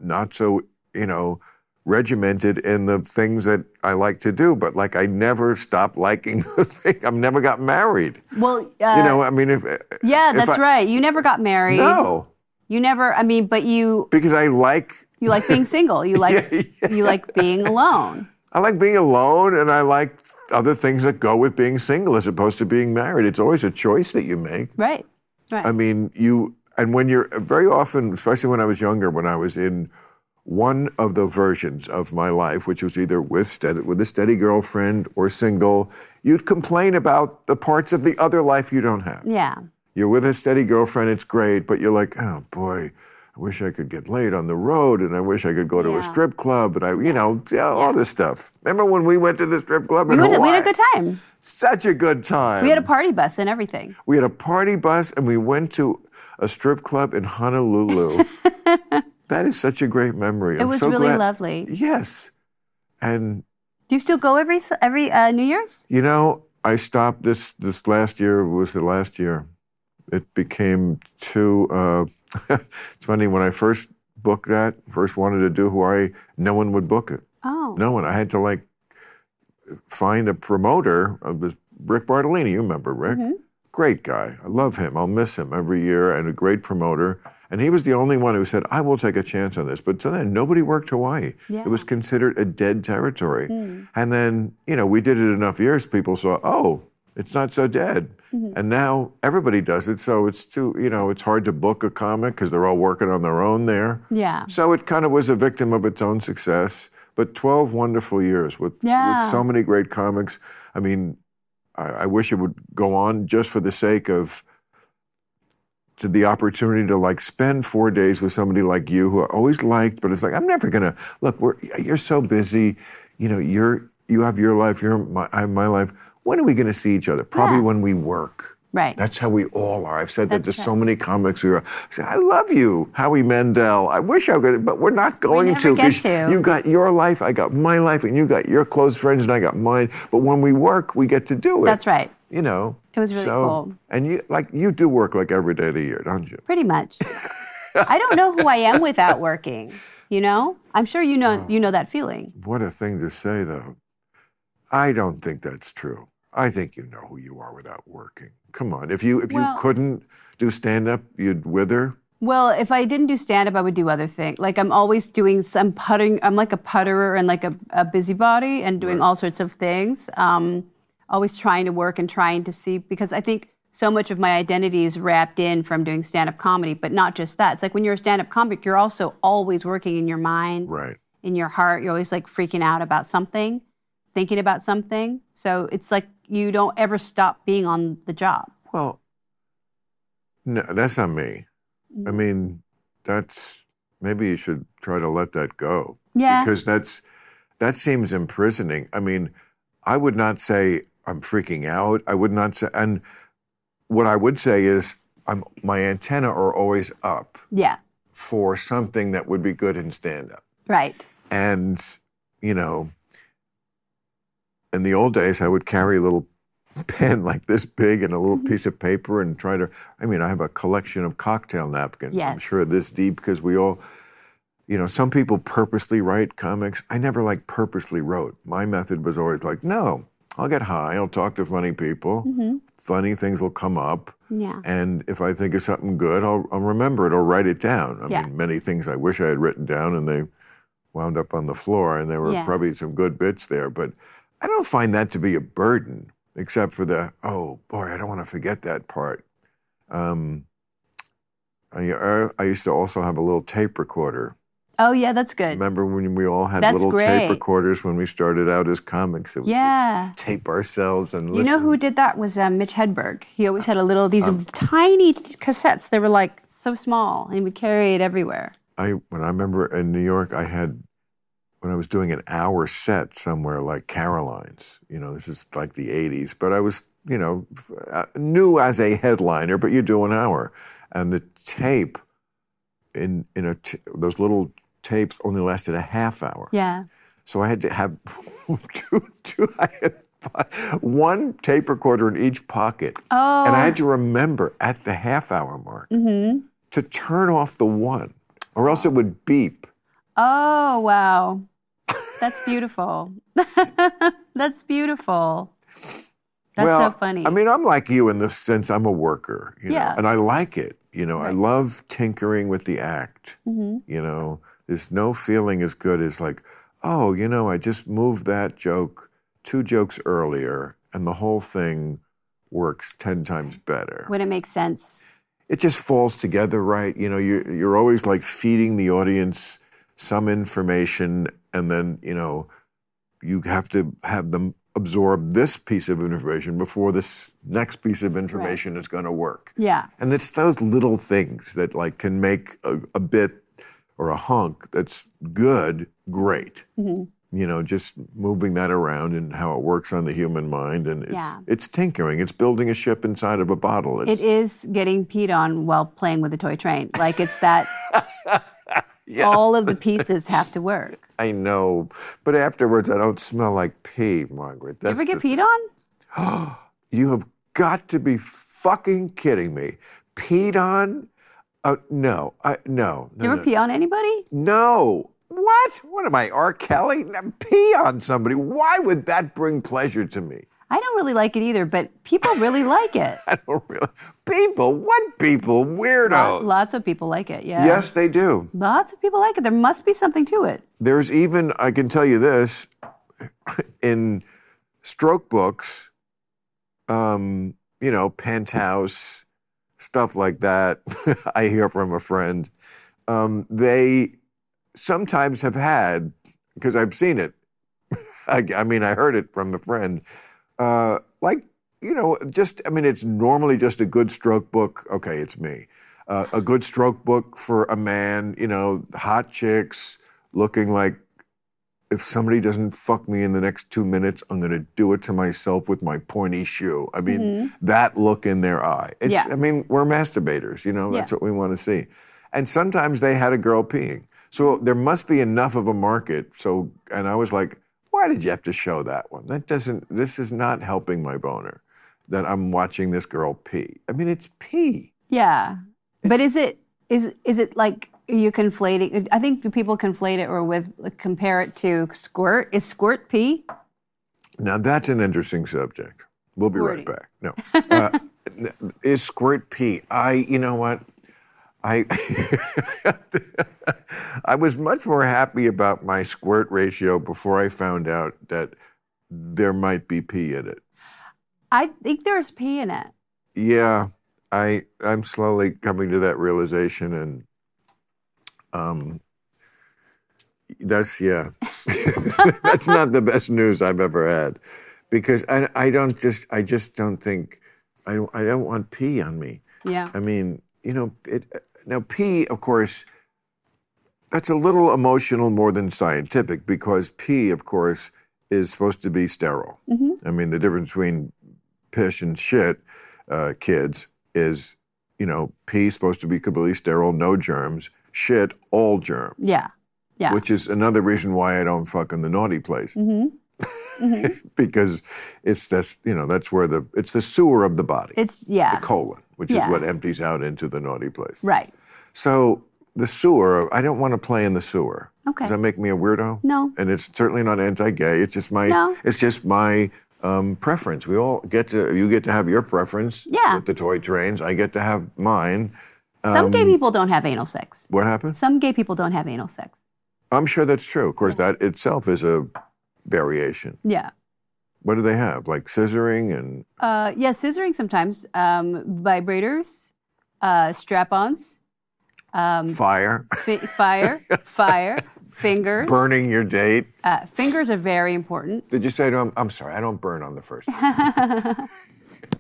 [SPEAKER 2] not so, you know, regimented in the things that I like to do. But like, I never stopped liking the thing. I've never got married.
[SPEAKER 1] Well, uh,
[SPEAKER 2] you know, I mean, if
[SPEAKER 1] yeah,
[SPEAKER 2] if
[SPEAKER 1] that's
[SPEAKER 2] I-
[SPEAKER 1] right. You never got married.
[SPEAKER 2] no,
[SPEAKER 1] You never. I mean, but you
[SPEAKER 2] because I like
[SPEAKER 1] you like being single. You like
[SPEAKER 2] Yeah,
[SPEAKER 1] you like being alone.
[SPEAKER 2] I like being alone and I like other things that go with being single as opposed to being married. It's always a choice that you make.
[SPEAKER 1] Right. Right.
[SPEAKER 2] I mean, you, and when you're very often, especially when I was younger, when I was in one of the versions of my life, which was either with, steady, with a steady girlfriend or single, you'd complain about the parts of the other life you don't have.
[SPEAKER 1] yeah.
[SPEAKER 2] You're with a steady girlfriend, it's great, but you're like, oh boy, I wish I could get laid on the road and I wish I could go to
[SPEAKER 1] Yeah.
[SPEAKER 2] a strip club and I, you know, yeah, all this stuff. Remember when we went to the strip club
[SPEAKER 1] We
[SPEAKER 2] in
[SPEAKER 1] had,
[SPEAKER 2] Hawaii?
[SPEAKER 1] we had a good time.
[SPEAKER 2] Such a good time.
[SPEAKER 1] We had a party bus and everything.
[SPEAKER 2] we had a party bus and we went to a strip club in Honolulu. that is such a great memory.
[SPEAKER 1] It
[SPEAKER 2] I'm
[SPEAKER 1] was
[SPEAKER 2] so
[SPEAKER 1] really
[SPEAKER 2] glad-
[SPEAKER 1] lovely.
[SPEAKER 2] Yes. And
[SPEAKER 1] Do you still go every s- every uh, New Year's?
[SPEAKER 2] You know, I stopped this this last year was the last year. It became too uh it's funny when I first booked that, first wanted to do Hawaii, no one would book it.
[SPEAKER 1] Oh.
[SPEAKER 2] No one. I had to like find a promoter of this Rick Bartolini, you remember Rick?
[SPEAKER 1] Mm-hmm.
[SPEAKER 2] Great guy. I love him. I'll miss him every year and a great promoter. And he was the only one who said, I will take a chance on this. But till then, nobody worked Hawaii.
[SPEAKER 1] Yeah. Hmm.
[SPEAKER 2] It was considered a dead territory. And then, you know, we did it enough years, people saw, oh, it's not so dead.
[SPEAKER 1] Mm-hmm.
[SPEAKER 2] And now everybody does it. So it's too, you know, it's hard to book a comic because they're all working on their own there.
[SPEAKER 1] Yeah.
[SPEAKER 2] So it kind of was a victim of its own success. But 12 wonderful years with,
[SPEAKER 1] Yeah.
[SPEAKER 2] with so many great comics. I mean, I, I wish it would go on just for the sake of to the opportunity to like spend four days with somebody like you who I always liked, but it's like, I'm never going to look, we're, you're so busy. You know, you're, you have your life, you're my, I have my life. When are we going to see each other? Probably when we work.
[SPEAKER 1] Right.
[SPEAKER 2] That's how we all are. I've said that to so many comics. We are. I say, I love you, Howie Mandel. I wish I could, but we're not going
[SPEAKER 1] never
[SPEAKER 2] to.
[SPEAKER 1] get
[SPEAKER 2] 'cause
[SPEAKER 1] to.
[SPEAKER 2] You got your life, I got my life, and you got your close friends, and I got mine. But when we work, we get to do it.
[SPEAKER 1] That's right.
[SPEAKER 2] You know.
[SPEAKER 1] It was really
[SPEAKER 2] so,
[SPEAKER 1] cool.
[SPEAKER 2] And you like you do work like every day of the year, don't you?
[SPEAKER 1] Pretty much. I don't know who I am without working. You know, I'm sure you know you know that feeling.
[SPEAKER 2] What a thing to say, though. I don't think that's true. I think you know who you are without working. Come on, if you if
[SPEAKER 1] Well-
[SPEAKER 2] you couldn't do stand up, you'd wither.
[SPEAKER 1] Well, if I didn't do stand up, I would do other things. Like I'm always doing some putting. I'm like a putterer and like a, a busybody and doing all sorts of things. Um, always trying to work and trying to see because I think so much of my identity is wrapped in from doing stand up comedy, but not just that. It's like when you're a stand up comic, you're also always working in your mind,
[SPEAKER 2] Right.
[SPEAKER 1] in your heart. You're always like freaking out about something, thinking about something. So it's like you don't ever stop being on the job.
[SPEAKER 2] Well, no, that's not me. I mean, that's maybe you should try to let that go.
[SPEAKER 1] Yeah.
[SPEAKER 2] Because that's that seems imprisoning. I mean, I would not say I'm freaking out. I would not say, and what I would say is, I'm my antenna are always up
[SPEAKER 1] Yeah,
[SPEAKER 2] for something that would be good in stand up
[SPEAKER 1] right.
[SPEAKER 2] and you know in the old days i would carry a little pen like this big and a little piece of paper and try to i mean i have a collection of cocktail napkins i'm
[SPEAKER 1] Yes.
[SPEAKER 2] sure this deep because we all you know some people purposely write comics i never like purposely wrote my method was always like no i'll get high i'll talk to funny people
[SPEAKER 1] Mm.
[SPEAKER 2] funny things will come up
[SPEAKER 1] Mm-hmm. Yeah.
[SPEAKER 2] and if I think of something good, I'll, I'll remember it or write it down. I
[SPEAKER 1] Yeah.
[SPEAKER 2] mean, many things I wish I had written down, and they wound up on the floor, and there were
[SPEAKER 1] Yeah.
[SPEAKER 2] probably some good bits there. But I don't find that to be a burden, except for the oh boy, I don't want to forget that part. Um, I, I used to also have a little tape recorder.
[SPEAKER 1] Oh yeah, that's good.
[SPEAKER 2] Remember when we all had
[SPEAKER 1] That's
[SPEAKER 2] little
[SPEAKER 1] great.
[SPEAKER 2] tape recorders when we started out as comics? that we
[SPEAKER 1] Yeah.
[SPEAKER 2] tape ourselves and
[SPEAKER 1] You
[SPEAKER 2] listen. Um.
[SPEAKER 1] know who did that was uh, Mitch Hedberg. He always had a little these tiny cassettes. They were like so small, and he would carry it everywhere.
[SPEAKER 2] I when I remember in New York, I had when I was doing an hour set somewhere like Caroline's. You know, this is like the '80s, but I was you know f- uh, new as a headliner, but you do an hour, and the tape in in a t- those little tapes only lasted a half hour.
[SPEAKER 1] Yeah.
[SPEAKER 2] So I had to have two, two, I had fi- one tape recorder in each pocket.
[SPEAKER 1] Oh.
[SPEAKER 2] And I had to remember at the half hour mark
[SPEAKER 1] mm-hmm.
[SPEAKER 2] to turn off the one, or else it would beep.
[SPEAKER 1] Oh wow, that's beautiful. that's beautiful. That's
[SPEAKER 2] well,
[SPEAKER 1] so funny.
[SPEAKER 2] I mean, I'm like you in the sense I'm a worker, you know,
[SPEAKER 1] Yeah.
[SPEAKER 2] and I like it. You know, I
[SPEAKER 1] Right.
[SPEAKER 2] love tinkering with the act.
[SPEAKER 1] Mhm.
[SPEAKER 2] You know, there's no feeling as good as like, oh, you know, I just moved that joke two jokes earlier, and the whole thing works ten times better.
[SPEAKER 1] Would it make sense?
[SPEAKER 2] it just falls together right. You know, you you're always like feeding the audience some information, and then you know, you have to have them absorb this piece of information before this next piece of information is going to work.
[SPEAKER 1] Yeah.
[SPEAKER 2] And it's those little things that like can make a, a bit or a hunk that's good great.
[SPEAKER 1] Mm-hmm.
[SPEAKER 2] You know, just moving that around and how it works on the human mind, and it's
[SPEAKER 1] Yeah.
[SPEAKER 2] it's tinkering. It's building a ship inside of a bottle. It's-
[SPEAKER 1] It is getting peed on while playing with a toy train. Like it's that all of the pieces have to work.
[SPEAKER 2] I know, but afterwards I don't smell like pee, Margaret. That's
[SPEAKER 1] You ever get
[SPEAKER 2] the-
[SPEAKER 1] peed on?
[SPEAKER 2] You have got to be fucking kidding me. Peed on? Uh, no, I, no,
[SPEAKER 1] You
[SPEAKER 2] no,
[SPEAKER 1] ever
[SPEAKER 2] no,
[SPEAKER 1] pee on anybody?
[SPEAKER 2] no. What? What am I, R. Kelly? No, Pee on somebody? Why would that bring pleasure to me?
[SPEAKER 1] I don't really like it either, but people really like it.
[SPEAKER 2] I don't really. People? What people? Weirdos.
[SPEAKER 1] Lots of people like it. Yeah.
[SPEAKER 2] Yes, they do.
[SPEAKER 1] Lots of people like it. There must be something to it.
[SPEAKER 2] There's even, I can tell you this, in stroke books, um, you know, penthouse, stuff like that, I hear from a friend, um, they sometimes have had, because I've seen it, I, I mean, I heard it from a friend, uh, like, you know, just, I mean, it's normally just a good stroke book. Okay, it's me. Uh, a good stroke book for a man, you know, hot chicks looking like if somebody doesn't fuck me in the next two minutes, I'm going to do it to myself with my pointy shoe. I mean, that look in their eye. It's,
[SPEAKER 1] Mm-hmm. Yeah.
[SPEAKER 2] I mean, we're masturbators, you know, that's
[SPEAKER 1] Yeah.
[SPEAKER 2] what we want to see. And sometimes they had a girl peeing. So there must be enough of a market. So, and I was like, why did you have to show that one? That doesn't, this is not helping my boner that I'm watching this girl pee. I mean, it's pee.
[SPEAKER 1] Yeah. But is it is is it like you conflating I think people conflate it or with like, compare it to squirt. Is squirt pee?
[SPEAKER 2] Now that's an interesting subject. We'll be right
[SPEAKER 1] Squirting.
[SPEAKER 2] back. No, uh, is squirt pee? I, you know what? I, I was much more happy about my squirt ratio before I found out that there might be pee in it.
[SPEAKER 1] I think there's pee in it.
[SPEAKER 2] Yeah, I I'm slowly coming to that realization, and um, that's yeah, that's not the best news I've ever had, because I I don't just I just don't think I don't, I don't want pee on me.
[SPEAKER 1] Yeah.
[SPEAKER 2] I mean, you know, it now pee, of course, that's a little emotional more than scientific because pee, of course, is supposed to be sterile.
[SPEAKER 1] Mm-hmm.
[SPEAKER 2] I mean, the difference between piss and shit, uh, kids, is you know, pee supposed to be completely sterile, no germs. Shit, all germs.
[SPEAKER 1] Yeah. Yeah.
[SPEAKER 2] Which is another reason why I don't fuck in the naughty place
[SPEAKER 1] hmm Mm-hmm.
[SPEAKER 2] because it's that's you know that's where the it's the sewer of the body,
[SPEAKER 1] It's yeah.
[SPEAKER 2] the colon, which
[SPEAKER 1] Yeah.
[SPEAKER 2] is what empties out into the naughty place.
[SPEAKER 1] right.
[SPEAKER 2] So the sewer, I don't want to play in the sewer.
[SPEAKER 1] Okay.
[SPEAKER 2] Does that make me a weirdo?
[SPEAKER 1] No.
[SPEAKER 2] And it's certainly not anti-gay. It's just my.
[SPEAKER 1] No.
[SPEAKER 2] It's just my um, preference. We all get to. You get to have your preference.
[SPEAKER 1] Yeah.
[SPEAKER 2] With the toy trains, I get to have mine. Um,
[SPEAKER 1] Some gay people don't have anal sex.
[SPEAKER 2] What happens?
[SPEAKER 1] Some gay people don't have anal sex.
[SPEAKER 2] I'm sure that's true. Of course, that itself is a variation.
[SPEAKER 1] Yeah.
[SPEAKER 2] What do they have? Like scissoring and
[SPEAKER 1] Uh, yeah, scissoring sometimes. Um, vibrators, uh, strap-ons, um,
[SPEAKER 2] fire,
[SPEAKER 1] fi- fire, fire, fingers.
[SPEAKER 2] burning your date.
[SPEAKER 1] Uh, fingers are very important.
[SPEAKER 2] Did you say to him, I'm sorry, I don't burn on the first date?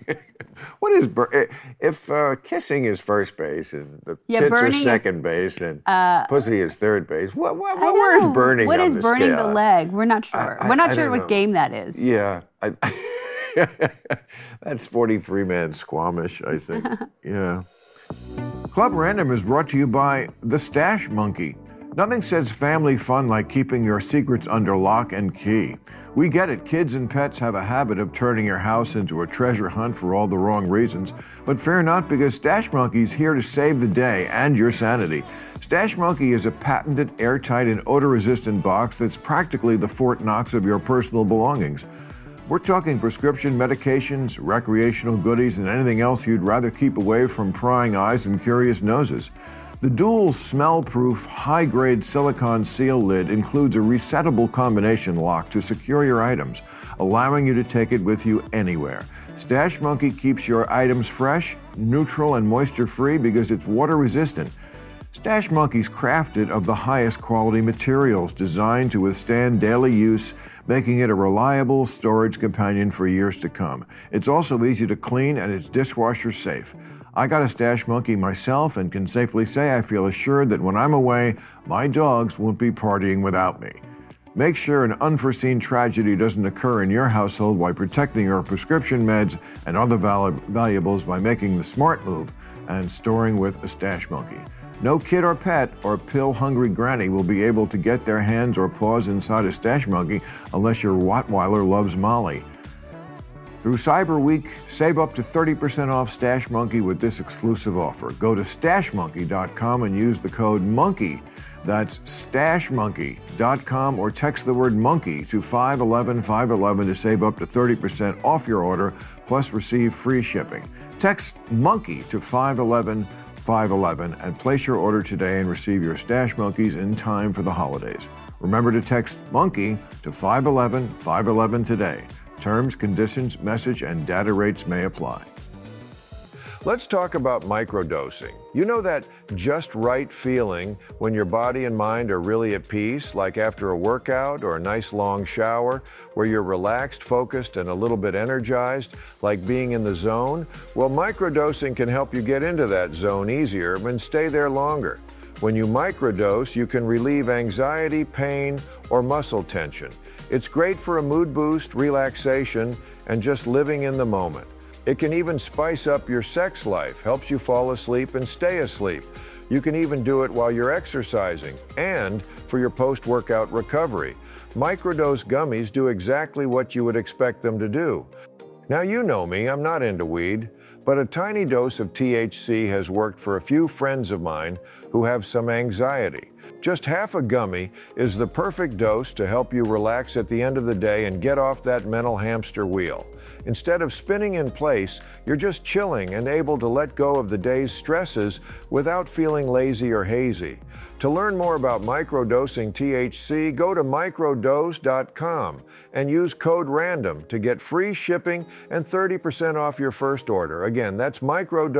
[SPEAKER 2] what is bur- i- If uh, kissing is first base and the
[SPEAKER 1] Yeah,
[SPEAKER 2] tits are
[SPEAKER 1] burning is- uh,
[SPEAKER 2] second base and pussy is third base, what, what,
[SPEAKER 1] I
[SPEAKER 2] what where's
[SPEAKER 1] know.
[SPEAKER 2] burning
[SPEAKER 1] What
[SPEAKER 2] on
[SPEAKER 1] is
[SPEAKER 2] the
[SPEAKER 1] burning
[SPEAKER 2] scale?
[SPEAKER 1] the leg? We're not sure.
[SPEAKER 2] I-
[SPEAKER 1] We're not
[SPEAKER 2] I
[SPEAKER 1] sure
[SPEAKER 2] don't
[SPEAKER 1] what
[SPEAKER 2] know.
[SPEAKER 1] game that is.
[SPEAKER 2] Yeah. I, that's 43 man Squamish, I think. yeah. Club Random is brought to you by The Stash Monkey. Nothing says family fun like keeping your secrets under lock and key. We get it, kids and pets have a habit of turning your house into a treasure hunt for all the wrong reasons, but fear not because Stash Monkey's here to save the day and your sanity. Stash Monkey is a patented, airtight, and odor resistant box that's practically the Fort Knox of your personal belongings. We're talking prescription medications, recreational goodies, and anything else you'd rather keep away from prying eyes and curious noses. The dual smell proof, high grade silicone seal lid includes a resettable combination lock to secure your items, allowing you to take it with you anywhere. Stash Monkey keeps your items fresh, neutral, and moisture free because it's water resistant. Stash Monkey's crafted of the highest quality materials designed to withstand daily use, making it a reliable storage companion for years to come. It's also easy to clean and it's dishwasher safe. I got a Stash Monkey myself and can safely say I feel assured that when I'm away, my dogs won't be partying without me. Make sure an unforeseen tragedy doesn't occur in your household while protecting your prescription meds and other valu- valuables by making the smart move and storing with a stash monkey. No kid or pet or pill hungry granny will be able to get their hands or paws inside a stash monkey unless your Rottweiler loves Molly. Through Cyber Week, save up to 30% off Stash Monkey with this exclusive offer. Go to stashmonkey.com and use the code MONKEY. That's stashmonkey.com or text the word monkey to 511 511 to save up to 30% off your order plus receive free shipping. Text monkey to 511 511 and place your order today and receive your Stash Monkeys in time for the holidays. Remember to text monkey to 511 511 today. Terms, conditions, message, and data rates may apply. Let's talk about microdosing. You know that just right feeling when your body and mind are really at peace, like after a workout or a nice long shower, where you're relaxed, focused, and a little bit energized, like being in the zone? Well, microdosing can help you get into that zone easier and stay there longer. When you microdose, you can relieve anxiety, pain, or muscle tension. It's great for a mood boost, relaxation, and just living in the moment. It can even spice up your sex life, helps you fall asleep and stay asleep. You can even do it while you're exercising and for your post workout recovery. Microdose gummies do exactly what you would expect them to do. Now, you know me, I'm not into weed, but a tiny dose of THC has worked for a few friends of mine who have some anxiety. Just half a gummy is the perfect dose to help you relax at the end of the day and get off that mental hamster wheel. Instead of spinning in place, you're just chilling and able to let go of the day's stresses without feeling lazy or hazy. To learn more about microdosing THC, go to microdose.com and use code RANDOM to get free shipping and 30% off your first order. Again, that's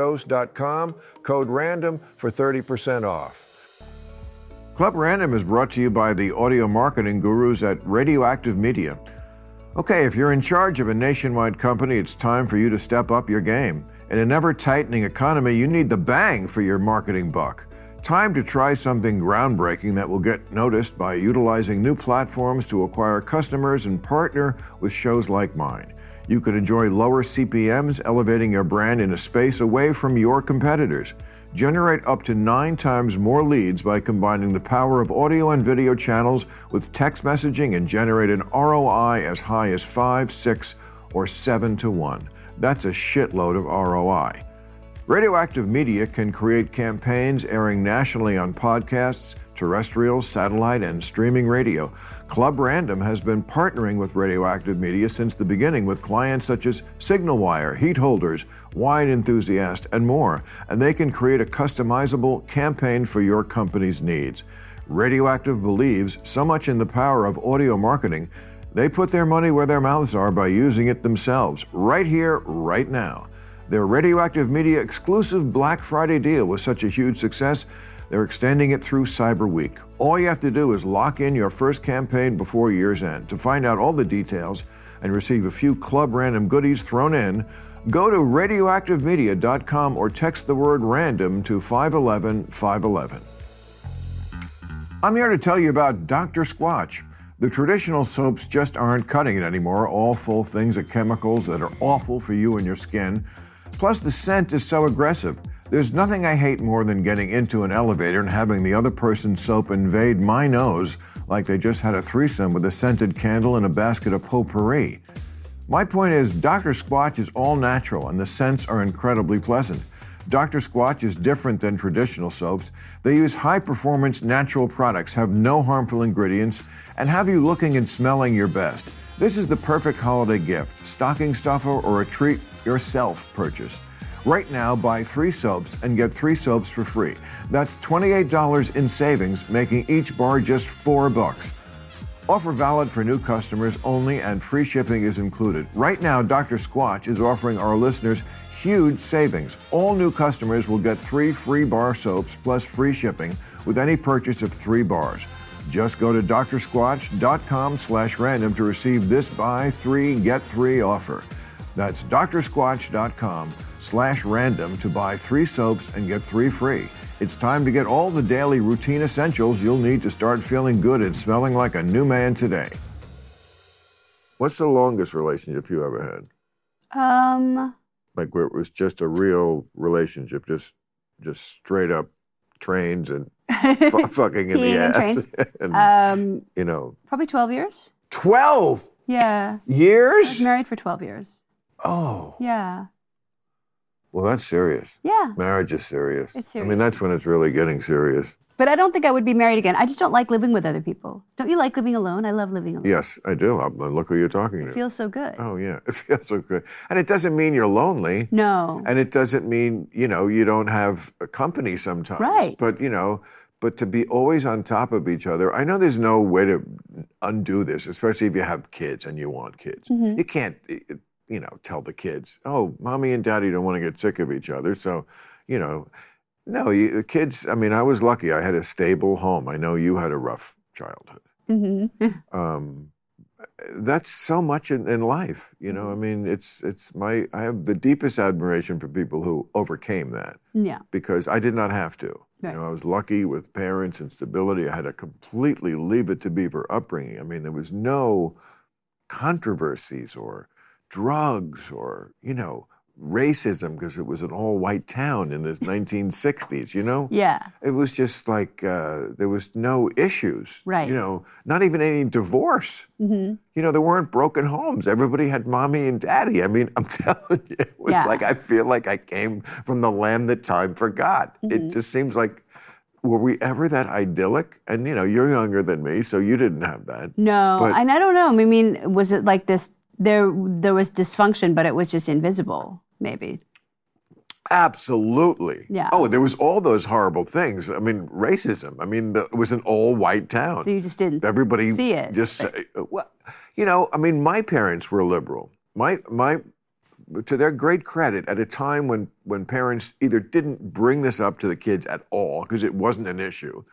[SPEAKER 2] microdose.com, code RANDOM for 30% off. Club Random is brought to you by the audio marketing gurus at Radioactive Media. Okay, if you're in charge of a nationwide company, it's time for you to step up your game. In an ever tightening economy, you need the bang for your marketing buck. Time to try something groundbreaking that will get noticed by utilizing new platforms to acquire customers and partner with shows like mine. You can enjoy lower CPMs, elevating your brand in a space away from your competitors. Generate up to nine times more leads by combining the power of audio and video channels with text messaging and generate an ROI as high as 5, 6, or 7 to 1. That's a shitload of ROI. Radioactive media can create campaigns airing nationally on podcasts, terrestrial, satellite, and streaming radio. Club Random has been partnering with radioactive media since the beginning with clients such as Signal Wire, Heat Holders, Wine Enthusiast, and more, and they can create a customizable campaign for your company's needs. Radioactive believes so much in the power of audio marketing, they put their money where their mouths are by using it themselves, right here, right now. Their Radioactive Media exclusive Black Friday deal was such a huge success, they're extending it through Cyber Week. All you have to do is lock in your first campaign before year's end. To find out all the details and receive a few club random goodies thrown in, go to radioactivemedia.com or text the word random to 511 511. I'm here to tell you about Dr. Squatch. The traditional soaps just aren't cutting it anymore, all full things of chemicals that are awful for you and your skin. Plus, the scent is so aggressive. There's nothing I hate more than getting into an elevator and having the other person's soap invade my nose like they just had a threesome with a scented candle and a basket of potpourri. My point is, Dr. Squatch is all natural and the scents are incredibly pleasant. Dr. Squatch is different than traditional soaps. They use high performance natural products, have no harmful ingredients, and have you looking and smelling your best. This is the perfect holiday gift, stocking stuffer, or a treat yourself purchase. Right now, buy three soaps and get three soaps for free. That's $28 in savings, making each bar just four bucks. Offer valid for new customers only and free shipping is included. Right now, Dr. Squatch is offering our listeners huge savings. All new customers will get three free bar soaps plus free shipping with any purchase of three bars. Just go to drsquatch.com slash random to receive this buy three, get three offer. That's drsquatch.com slash random to buy three soaps and get three free. It's time to get all the daily routine essentials you'll need to start feeling good and smelling like a new man today. What's the longest relationship you ever had?
[SPEAKER 1] Um,
[SPEAKER 2] Like where it was just a real relationship, just just straight up trains and fu- fucking in the
[SPEAKER 1] Peeing and
[SPEAKER 2] ass,
[SPEAKER 1] trains.
[SPEAKER 2] and
[SPEAKER 1] um,
[SPEAKER 2] you know,
[SPEAKER 1] probably 12 years.
[SPEAKER 2] twelve
[SPEAKER 1] Yeah. I was
[SPEAKER 2] years.
[SPEAKER 1] married for 12 years.
[SPEAKER 2] Oh,
[SPEAKER 1] Yeah.
[SPEAKER 2] well, that's serious.
[SPEAKER 1] Yeah.
[SPEAKER 2] Marriage is serious.
[SPEAKER 1] It's
[SPEAKER 2] I mean,
[SPEAKER 1] serious.
[SPEAKER 2] that's when it's really getting serious.
[SPEAKER 1] But I don't think I would be married again. I just don't like living with other people. Don't you like living alone? I love living alone.
[SPEAKER 2] Yes, I do. i look who you're talking to.
[SPEAKER 1] It feels so good.
[SPEAKER 2] oh, yeah. It feels so good. And it doesn't mean you're lonely.
[SPEAKER 1] No.
[SPEAKER 2] And it doesn't mean, you know, you don't have a company sometimes.
[SPEAKER 1] Right.
[SPEAKER 2] But, you know, but to be always on top of each other, I know there's no way to undo this, especially if you have kids and you want kids. You can't, eh, you know, tell the kids, oh, mommy and daddy don't want to get sick of each other. So, you know, no, you, the kids, I mean, I was lucky. I had a stable home. I know you had a rough childhood
[SPEAKER 1] hmm
[SPEAKER 2] um, that's so much in, in life you know i mean it's it's my i have the deepest admiration for people who overcame that
[SPEAKER 1] Yeah.
[SPEAKER 2] because i did not have to
[SPEAKER 1] Right.
[SPEAKER 2] you know i was lucky with parents and stability i had a completely leave it to beaver upbringing i mean there was no controversies or drugs or you know racism because it was an all-white town in the 1960s you know
[SPEAKER 1] Yeah.
[SPEAKER 2] it was just like uh, there was no issues.
[SPEAKER 1] Right.
[SPEAKER 2] You know, not even any divorce.
[SPEAKER 1] hmm
[SPEAKER 2] You know, there weren't broken homes. Everybody had mommy and daddy. I mean, I'm telling you, it was
[SPEAKER 1] Yeah.
[SPEAKER 2] like I feel like I came from the land that time forgot.
[SPEAKER 1] Mm-hmm.
[SPEAKER 2] It just seems like were we ever that idyllic? And you know, you're younger than me, so you didn't have that.
[SPEAKER 1] No.
[SPEAKER 2] But-
[SPEAKER 1] and I don't know. I mean, was it like this? There, there was dysfunction, but it was just invisible, maybe.
[SPEAKER 2] Absolutely.
[SPEAKER 1] Yeah.
[SPEAKER 2] Oh, there was all those horrible things. I mean, racism. I mean, the, it was an all-white town.
[SPEAKER 1] So you just didn't.
[SPEAKER 2] everybody
[SPEAKER 1] see it,
[SPEAKER 2] Just say, uh, well, you know, I mean, my parents were liberal. My my, to their great credit, at a time when when parents either didn't bring this up to the kids at all because it wasn't an issue,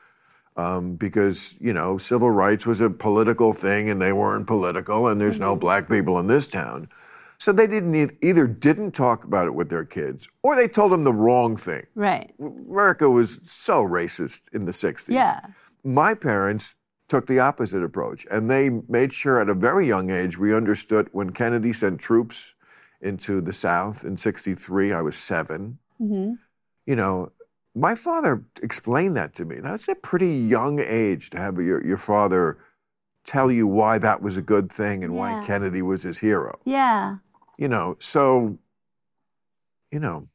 [SPEAKER 2] um, because you know, civil rights was a political thing and they weren't political, and there's
[SPEAKER 1] Mm-hmm.
[SPEAKER 2] no black people in this town. So they didn't e- either didn't talk about it with their kids, or they told them the wrong thing.
[SPEAKER 1] right.
[SPEAKER 2] America was so racist in the 60s.
[SPEAKER 1] Yeah.
[SPEAKER 2] My parents took the opposite approach, and they made sure at a very young age we understood when Kennedy sent troops into the South in 63, I was seven.
[SPEAKER 1] hmm
[SPEAKER 2] You know, my father explained that to me. That's a pretty young age to have your, your father tell you why that was a good thing and why
[SPEAKER 1] Yeah.
[SPEAKER 2] Kennedy was his hero
[SPEAKER 1] Yeah.
[SPEAKER 2] you know, so, you know,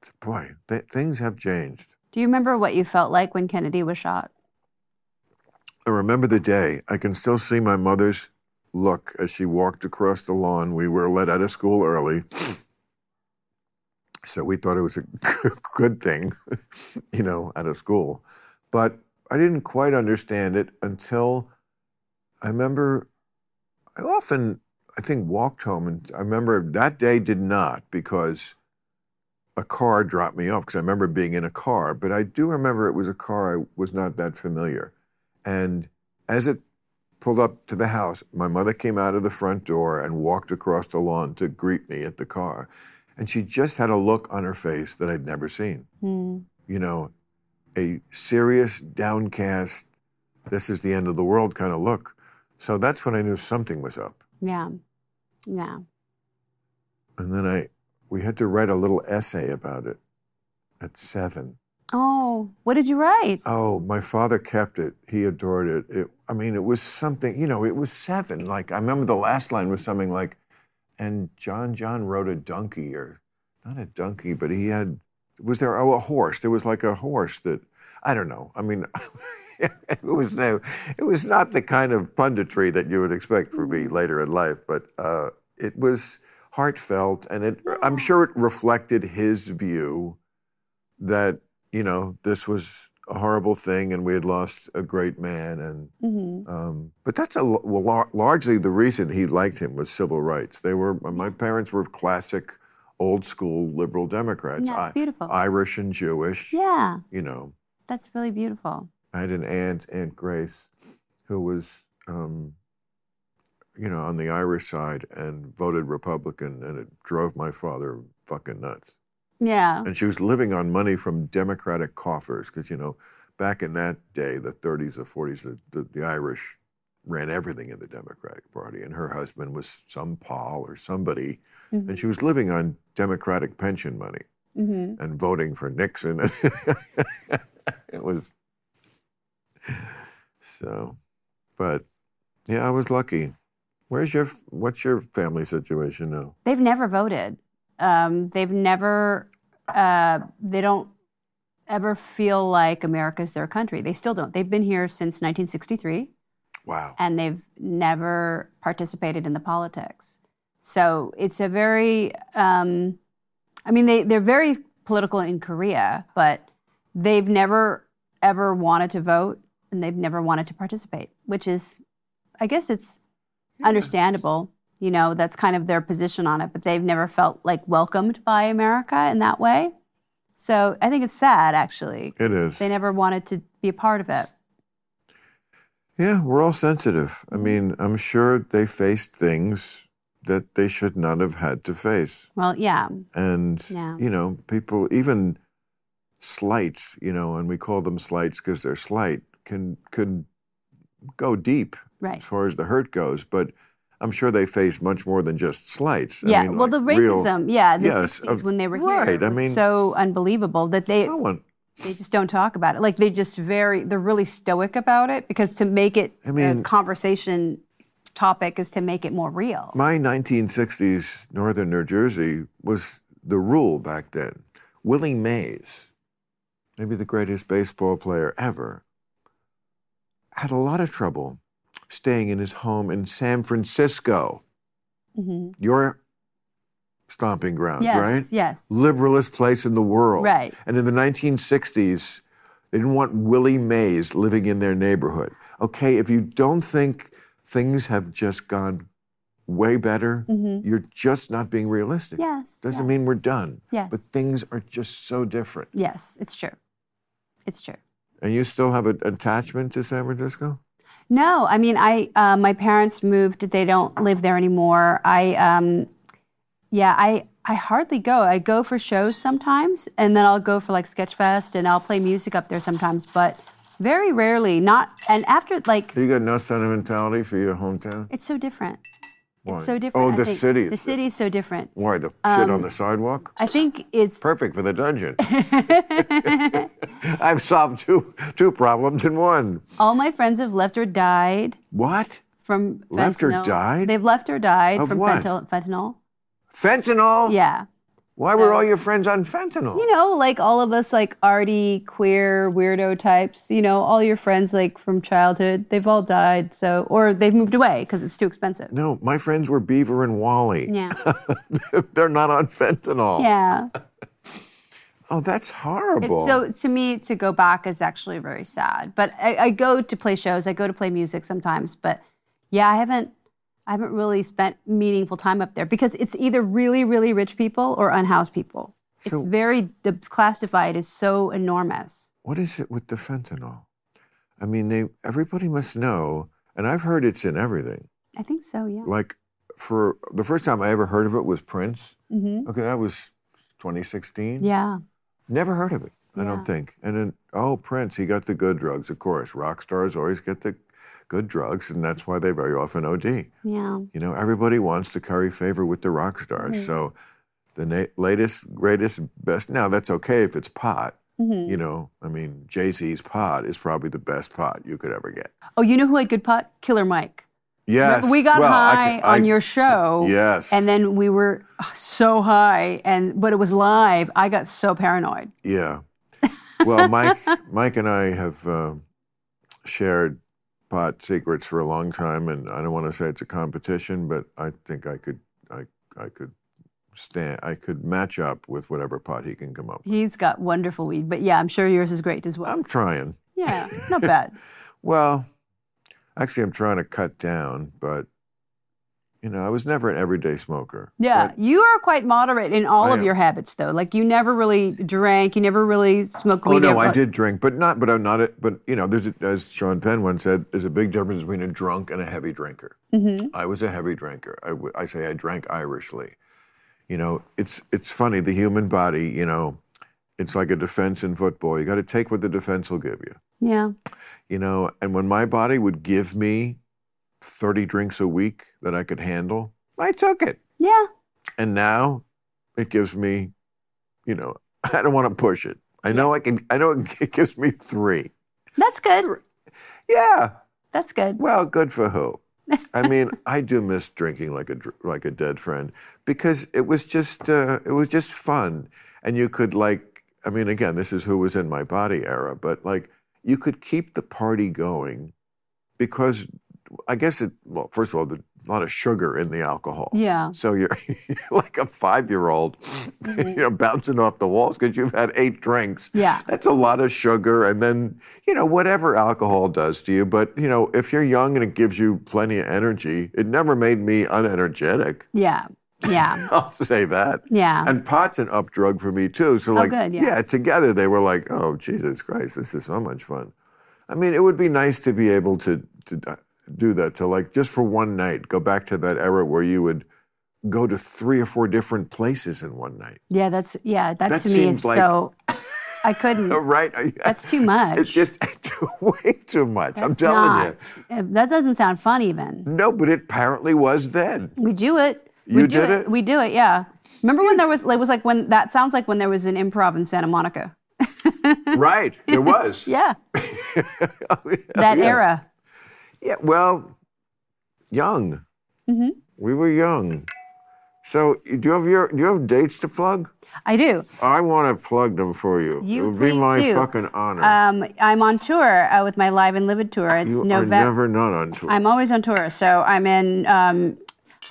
[SPEAKER 2] it's- boy, th- things have changed.
[SPEAKER 1] Do you remember what you felt like when Kennedy was shot?
[SPEAKER 2] I remember the day. I can still see my mother's look as she walked across the lawn. We were let out of school early. So we thought it was a good thing, you know, out of school. But I didn't quite understand it until I remember I often I think walked home and I remember that day did not because a car dropped me off because I remember being in a car, but I do remember it was a car I was not that familiar. And as it pulled up to the house, my mother came out of the front door and walked across the lawn to greet me at the car. And she just had a look on her face that I'd never seen. You know, a serious, downcast, this is the end of the world kind of look. So that's when I knew something was up.
[SPEAKER 1] Yeah. Yeah.
[SPEAKER 2] And then I, we had to write a little essay about it at seven.
[SPEAKER 1] Oh, what did you write?
[SPEAKER 2] Oh, my father kept it. He adored it. it. I mean, it was something, you know, it was seven. Like, I remember the last line was something like, and John John rode a donkey, or not a donkey, but he had, was there, oh, a horse. There was like a horse that, I don't know. I mean, it was no, it was not the kind of punditry that you would expect from me later in life, but uh, it was heartfelt and it, I'm sure it reflected his view that you know this was a horrible thing and we had lost a great man and
[SPEAKER 1] Mm-hmm.
[SPEAKER 2] um, but that's a l- well, lar- largely the reason he liked him was civil rights they were my parents were classic old school liberal democrats
[SPEAKER 1] Yeah, it's
[SPEAKER 2] I-
[SPEAKER 1] beautiful.
[SPEAKER 2] irish and jewish
[SPEAKER 1] yeah,
[SPEAKER 2] you know
[SPEAKER 1] that's really beautiful.
[SPEAKER 2] i had an aunt aunt grace who was um, you know on the irish side and voted republican and it drove my father fucking nuts
[SPEAKER 1] Yeah.
[SPEAKER 2] and she was living on money from Democratic coffers because you know, back in that day, the 30s, the 40s, the, the, the Irish ran everything in the Democratic Party, and her husband was some Paul or somebody, and she was living on Democratic pension money
[SPEAKER 1] Mm-hmm.
[SPEAKER 2] and voting for Nixon. it was so, but yeah, I was lucky. Where's your what's your family situation now?
[SPEAKER 1] They've never voted. Um, they've never. Uh, they don't ever feel like America's their country. They still don't. They've been here since 1963.
[SPEAKER 2] Wow.
[SPEAKER 1] and they've never participated in the politics. So it's a very, um, I mean, they, they're very political in Korea, but they've never ever wanted to vote and they've never wanted to participate, which is, I guess it's understandable. You know, that's kind of their position on it, but they've never felt like welcomed by America in that way. So I think it's sad, actually.
[SPEAKER 2] It is.
[SPEAKER 1] They never wanted to be a part of it.
[SPEAKER 2] Yeah, we're all sensitive.
[SPEAKER 1] Mm-hmm.
[SPEAKER 2] I mean, I'm sure they faced things that they should not have had to face.
[SPEAKER 1] Well, yeah,
[SPEAKER 2] And,
[SPEAKER 1] Yeah.
[SPEAKER 2] you know, people, even slights, you know, and we call them slights because they're slight, can, can go deep
[SPEAKER 1] right.
[SPEAKER 2] as far as the hurt goes. But I'm sure they faced much more than just slights. I
[SPEAKER 1] Yeah,
[SPEAKER 2] mean,
[SPEAKER 1] well,
[SPEAKER 2] like
[SPEAKER 1] the
[SPEAKER 2] real-
[SPEAKER 1] racism, yeah, the
[SPEAKER 2] Yes,
[SPEAKER 1] 60s
[SPEAKER 2] of-
[SPEAKER 1] when they were here
[SPEAKER 2] right, I
[SPEAKER 1] was
[SPEAKER 2] mean-
[SPEAKER 1] so unbelievable that they
[SPEAKER 2] someone,
[SPEAKER 1] they just don't talk about it. Like they just very they're really stoic about it because to make it
[SPEAKER 2] I mean-
[SPEAKER 1] a conversation topic is to make it more real.
[SPEAKER 2] my 1960s northern New Jersey was the rule back then. Willie Mays, maybe the greatest baseball player ever, had a lot of trouble staying in his home in San Francisco,
[SPEAKER 1] Mhm.
[SPEAKER 2] your stomping grounds,
[SPEAKER 1] Yes,
[SPEAKER 2] right?
[SPEAKER 1] yes,
[SPEAKER 2] Liberalist place in the world.
[SPEAKER 1] Right.
[SPEAKER 2] And in the 1960s, they didn't want Willie Mays living in their neighborhood. Okay, if you don't think things have just gone way better,
[SPEAKER 1] Mm-hmm.
[SPEAKER 2] you're just not being realistic.
[SPEAKER 1] yes,
[SPEAKER 2] Doesn't
[SPEAKER 1] yes,
[SPEAKER 2] mean we're done.
[SPEAKER 1] Yes.
[SPEAKER 2] But things are just so different.
[SPEAKER 1] yes, it's true, it's true.
[SPEAKER 2] And you still have an attachment to San Francisco?
[SPEAKER 1] No, I mean, I uh, my parents moved. They don't live there anymore. I um, yeah, I I hardly go. I go for shows sometimes, and then I'll go for like Sketchfest, and I'll play music up there sometimes, but very rarely. Not and after like
[SPEAKER 2] You got no sentimentality for your hometown?
[SPEAKER 1] it's so different.
[SPEAKER 2] Why?
[SPEAKER 1] It's so different.
[SPEAKER 2] Oh,
[SPEAKER 1] I
[SPEAKER 2] the
[SPEAKER 1] think.
[SPEAKER 2] city is
[SPEAKER 1] The city Um, is so different.
[SPEAKER 2] Why, the shit on the sidewalk?
[SPEAKER 1] I think it's
[SPEAKER 2] Perfect for the dungeon. I've solved two two problems in one.
[SPEAKER 1] all my friends have left or died
[SPEAKER 2] What?
[SPEAKER 1] from fentanyl.
[SPEAKER 2] Left or died?
[SPEAKER 1] They've left or died
[SPEAKER 2] Of
[SPEAKER 1] from
[SPEAKER 2] what?
[SPEAKER 1] fentanyl. fentanyl.
[SPEAKER 2] Fentanyl?
[SPEAKER 1] Yeah.
[SPEAKER 2] Why were all your friends on fentanyl?
[SPEAKER 1] you know, like all of us, like arty, queer, weirdo types, you know, all your friends, like from childhood, they've all died. So, or they've moved away because it's too expensive.
[SPEAKER 2] no, my friends were Beaver and Wally.
[SPEAKER 1] Yeah.
[SPEAKER 2] They're not on fentanyl.
[SPEAKER 1] yeah.
[SPEAKER 2] Oh, that's horrible.
[SPEAKER 1] It's so to me, to go back is actually very sad. But I, I go to play shows. I go to play music sometimes. But yeah, I haven't, I haven't really spent meaningful time up there because it's either really, really rich people or unhoused people. It's
[SPEAKER 2] So-
[SPEAKER 1] very the class divide is so enormous.
[SPEAKER 2] what is it with the fentanyl? I mean, they everybody must know, and I've heard it's in everything.
[SPEAKER 1] I think so. Yeah.
[SPEAKER 2] Like for the first time I ever heard of it was Prince.
[SPEAKER 1] hmm
[SPEAKER 2] Okay, that was 2016.
[SPEAKER 1] Yeah.
[SPEAKER 2] Never heard of it, I
[SPEAKER 1] Yeah.
[SPEAKER 2] don't think. And then, oh, Prince, he got the good drugs, of course. Rock stars always get the good drugs, and that's why they very often OD.
[SPEAKER 1] Yeah.
[SPEAKER 2] You know, everybody wants to curry favor with the rock stars.
[SPEAKER 1] Mm-hmm.
[SPEAKER 2] So the na- latest, greatest, best. Now, that's okay if it's pot.
[SPEAKER 1] Mm-hmm.
[SPEAKER 2] You
[SPEAKER 1] Mm.
[SPEAKER 2] know, I mean, Jay Z's pot is probably the best pot you could ever get.
[SPEAKER 1] Oh, you know who had good pot? Killer Mike.
[SPEAKER 2] Yes.
[SPEAKER 1] We got
[SPEAKER 2] well, I
[SPEAKER 1] high
[SPEAKER 2] can- I-
[SPEAKER 1] on your show.
[SPEAKER 2] Yes.
[SPEAKER 1] And then we were so high, and but it was live. I got so paranoid.
[SPEAKER 2] Yeah. Well, Mike, Mike and I have uh, shared pot secrets for a long time, and I don't want to say it's a competition, but I think I could, I, I could stand, I could match up with whatever pot he can come up. with.
[SPEAKER 1] He's got wonderful weed, but yeah, I'm sure yours is great as well.
[SPEAKER 2] I'm trying.
[SPEAKER 1] yeah, not bad.
[SPEAKER 2] Well, actually, I'm trying to cut down, but you know, I was never an everyday smoker.
[SPEAKER 1] Yeah, you are quite moderate in all
[SPEAKER 2] I
[SPEAKER 1] of
[SPEAKER 2] am.
[SPEAKER 1] your habits, though. Like you never really drank, you never really smoked
[SPEAKER 2] Oh
[SPEAKER 1] weed.
[SPEAKER 2] no, I
[SPEAKER 1] never-
[SPEAKER 2] did drink, but not. But I'm not. A, but you know, there's a, as Sean Penn once said, there's a big difference between a drunk and a heavy drinker.
[SPEAKER 1] Mm-hmm.
[SPEAKER 2] I was a heavy drinker. I, w- I say I drank Irishly. You know, it's it's funny the human body. You know, it's like a defense in football. You got to take what the defense will give you.
[SPEAKER 1] Yeah,
[SPEAKER 2] You know, and when my body would give me thirty drinks a week that I could handle, I took it.
[SPEAKER 1] yeah,
[SPEAKER 2] And now it gives me, you know, I don't want to push it. I know I can. I know it gives me three.
[SPEAKER 1] that's good.
[SPEAKER 2] Yeah.
[SPEAKER 1] That's good.
[SPEAKER 2] Well, good for who? I mean, I do miss drinking like a dr- like a dead friend because it was just uh, it was just fun, and you could like I mean, again, this is who was in my body era, but like you could keep the party going because I guess it well, first of all, there's a lot of sugar in the alcohol.
[SPEAKER 1] Yeah, Mm-hmm.
[SPEAKER 2] So you're like a five year old, you're bouncing off the walls because you've had eight drinks.
[SPEAKER 1] Yeah.
[SPEAKER 2] That's a lot of sugar. And then, you know, whatever alcohol does to you. But, you know, if you're young and it gives you plenty of energy, it never made me unenergetic.
[SPEAKER 1] yeah, yeah,
[SPEAKER 2] I'll say that.
[SPEAKER 1] yeah. Oh,
[SPEAKER 2] And pot's an up drug for me too. So like,
[SPEAKER 1] good, yeah.
[SPEAKER 2] together they were like, oh Jesus Christ, this is so much fun. I mean, it would be nice to be able to to d- do that to like just for one night, go back to that era where you would go to three or four different places in one night.
[SPEAKER 1] yeah, that's yeah. That,
[SPEAKER 2] That
[SPEAKER 1] to me is
[SPEAKER 2] seems like-
[SPEAKER 1] so. I couldn't.
[SPEAKER 2] Right?
[SPEAKER 1] That's too much.
[SPEAKER 2] It's just too- way too much. I'm
[SPEAKER 1] That's
[SPEAKER 2] telling
[SPEAKER 1] not- uh, That doesn't sound fun even.
[SPEAKER 2] you. No, but it apparently was then.
[SPEAKER 1] We do it. we
[SPEAKER 2] You
[SPEAKER 1] do
[SPEAKER 2] did
[SPEAKER 1] it.
[SPEAKER 2] it?
[SPEAKER 1] We do it. Yeah. Remember when there was like was like when that sounds like when there was an improv in Santa Monica.
[SPEAKER 2] right. There was.
[SPEAKER 1] Yeah.
[SPEAKER 2] Oh, Yeah.
[SPEAKER 1] That era.
[SPEAKER 2] Yeah, well, young.
[SPEAKER 1] Mm-hmm.
[SPEAKER 2] We were young. So do you have your do you have dates to plug?
[SPEAKER 1] I do.
[SPEAKER 2] I want to plug them for you.
[SPEAKER 1] You
[SPEAKER 2] it would be
[SPEAKER 1] please
[SPEAKER 2] my
[SPEAKER 1] do.
[SPEAKER 2] fucking honor.
[SPEAKER 1] Um, I'm on tour uh, with my Live and Livid tour. It's
[SPEAKER 2] you are
[SPEAKER 1] November.
[SPEAKER 2] never not on tour.
[SPEAKER 1] I'm always on tour. So I'm in um,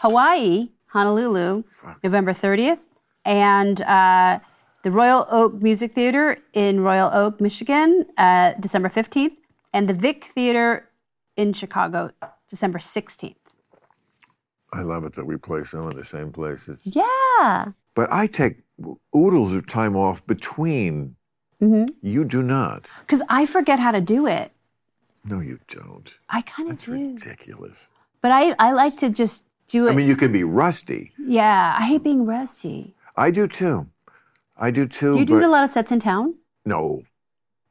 [SPEAKER 1] Hawaii, Honolulu, November 30th, and uh, the Royal Oak Music Theater in Royal Oak, Michigan, uh, December 15th, and the Vic Theater in Chicago, December 16th.
[SPEAKER 2] I love it that we play some of the same places.
[SPEAKER 3] Yeah.
[SPEAKER 2] But I take oodles of time off between.
[SPEAKER 1] Mm-hmm.
[SPEAKER 2] You do not.
[SPEAKER 1] Because I forget how to do it.
[SPEAKER 2] No, you don't.
[SPEAKER 3] I kind of
[SPEAKER 2] It's
[SPEAKER 3] do.
[SPEAKER 2] ridiculous.
[SPEAKER 3] But I, I like to just do it.
[SPEAKER 2] I mean, you can be rusty.
[SPEAKER 3] yeah. I hate being rusty.
[SPEAKER 2] I do too. I do too.
[SPEAKER 1] Do you
[SPEAKER 2] but-
[SPEAKER 1] do a lot of sets in town?
[SPEAKER 2] No,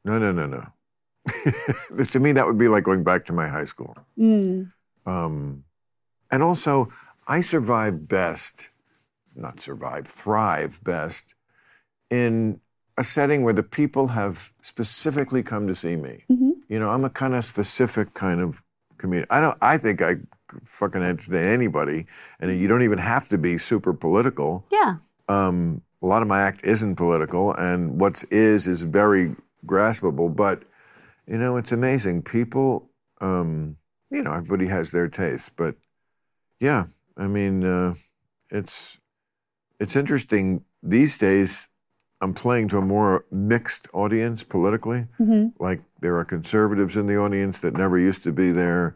[SPEAKER 2] no, no, no, no. to me, that would be like going back to my high school.
[SPEAKER 1] Mm.
[SPEAKER 2] Um, and also, I survive best, not survive, thrive best in a setting where the people have specifically come to see me.
[SPEAKER 1] Mm-hmm.
[SPEAKER 2] You know, I'm a kind of specific kind of comedian. I don't. I think I fucking entertain anybody, and you don't even have to be super political
[SPEAKER 1] Yeah.
[SPEAKER 2] um, a lot of my act isn't political, and what's is is very graspable. But you know, it's amazing. People, um, you know, everybody has their taste. But yeah, I mean, uh, it's it's interesting these days. I'm playing to a more mixed audience politically.
[SPEAKER 1] Mm-hmm.
[SPEAKER 2] Like there are conservatives in the audience that never used to be there.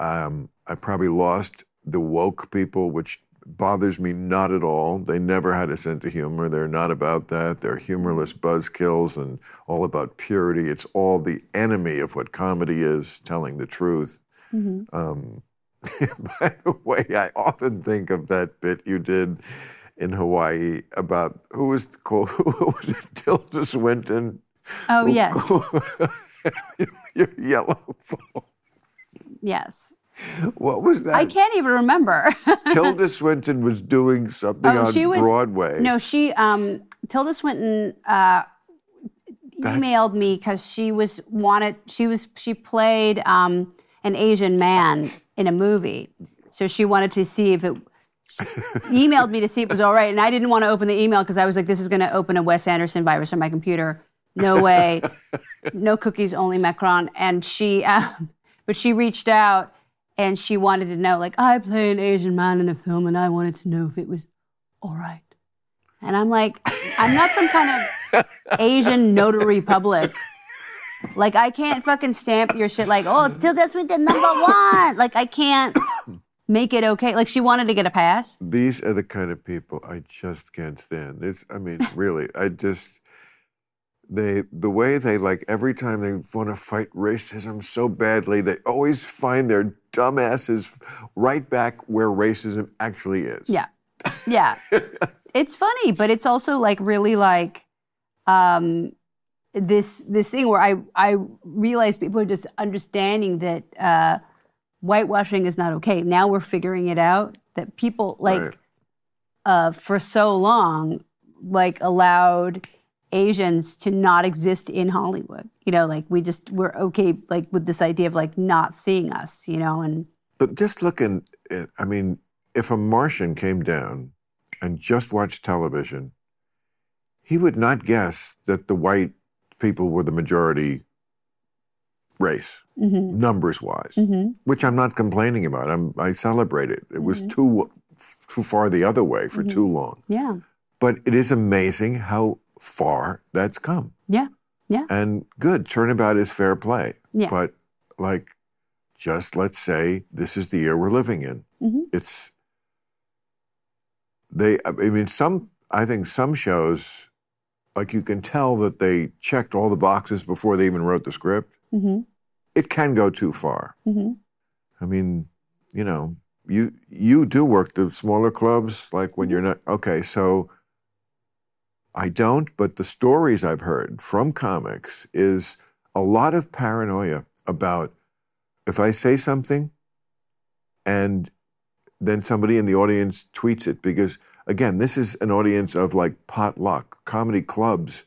[SPEAKER 2] Um, I probably lost the woke people, which bothers me not at all. They never had a sense of humor. They're not about that. They're humorless buzzkills and all about purity. It's all the enemy of what comedy is, telling the truth. Um, By the way, I often think of that bit you did in Hawaii about who was called who was it, Tilda Swinton?
[SPEAKER 1] Oh yes,
[SPEAKER 2] Your yellow phone.
[SPEAKER 1] yes.
[SPEAKER 2] What was that?
[SPEAKER 1] I can't even remember.
[SPEAKER 2] Tilda Swinton was doing something
[SPEAKER 1] Oh,
[SPEAKER 2] on
[SPEAKER 1] she was-
[SPEAKER 2] uh, Broadway.
[SPEAKER 1] no, she um, Tilda Swinton uh, emailed me because she was wanted. She was she played um, an Asian man in a movie, so she wanted to see if it. She emailed me to see if it was all right, and I didn't want to open the email because I was like, "This is going to open a Wes Anderson virus on my computer." No way. no cookies, only macaron. And she, um, but she reached out and she wanted to know, like, I play an Asian man in a film, and I wanted to know if it was all right. And I'm like, I'm not some kind of Asian notary public. Like, I can't fucking stamp your shit like, oh, Tilda Swinton number one. Like, I can't make it okay. Like, she wanted to get a pass.
[SPEAKER 2] These are the kind of people I just can't stand. It's, I mean, really, I just they the way they like every time they want to fight racism so badly, they always find their dumbasses right back where racism actually is.
[SPEAKER 1] Yeah. Yeah. it's funny, but it's also like really like um this this thing where I I realize people are just understanding that uh whitewashing is not okay. Now we're figuring it out that people like
[SPEAKER 2] Right.
[SPEAKER 1] uh for so long like allowed Asians to not exist in Hollywood. You know, like we just we're okay like with this idea of like not seeing us, you know, and
[SPEAKER 2] But just looking, at- I mean, if a Martian came down and just watched television, he would not guess that the white people were the majority race,
[SPEAKER 1] mm-hmm,
[SPEAKER 2] numbers wise, which I'm not complaining about. I'm, I celebrate it. It
[SPEAKER 1] Mm-hmm.
[SPEAKER 2] was too, too far the other way for too long.
[SPEAKER 1] yeah.
[SPEAKER 2] But it is amazing how far that's come.
[SPEAKER 1] Yeah. Yeah.
[SPEAKER 2] And good, turnabout is fair play.
[SPEAKER 1] Yeah.
[SPEAKER 2] But like, just let's say this is the year we're living in. It's they. I mean, some. I think some shows, like you can tell that they checked all the boxes before they even wrote the script.
[SPEAKER 1] Mhm.
[SPEAKER 2] It can go too far.
[SPEAKER 1] Mhm.
[SPEAKER 2] I mean, you know, you you do work the smaller clubs, like when you're not okay. So I don't, but the stories I've heard from comics is a lot of paranoia about if I say something and then somebody in the audience tweets it because again, this is an audience of like potluck comedy clubs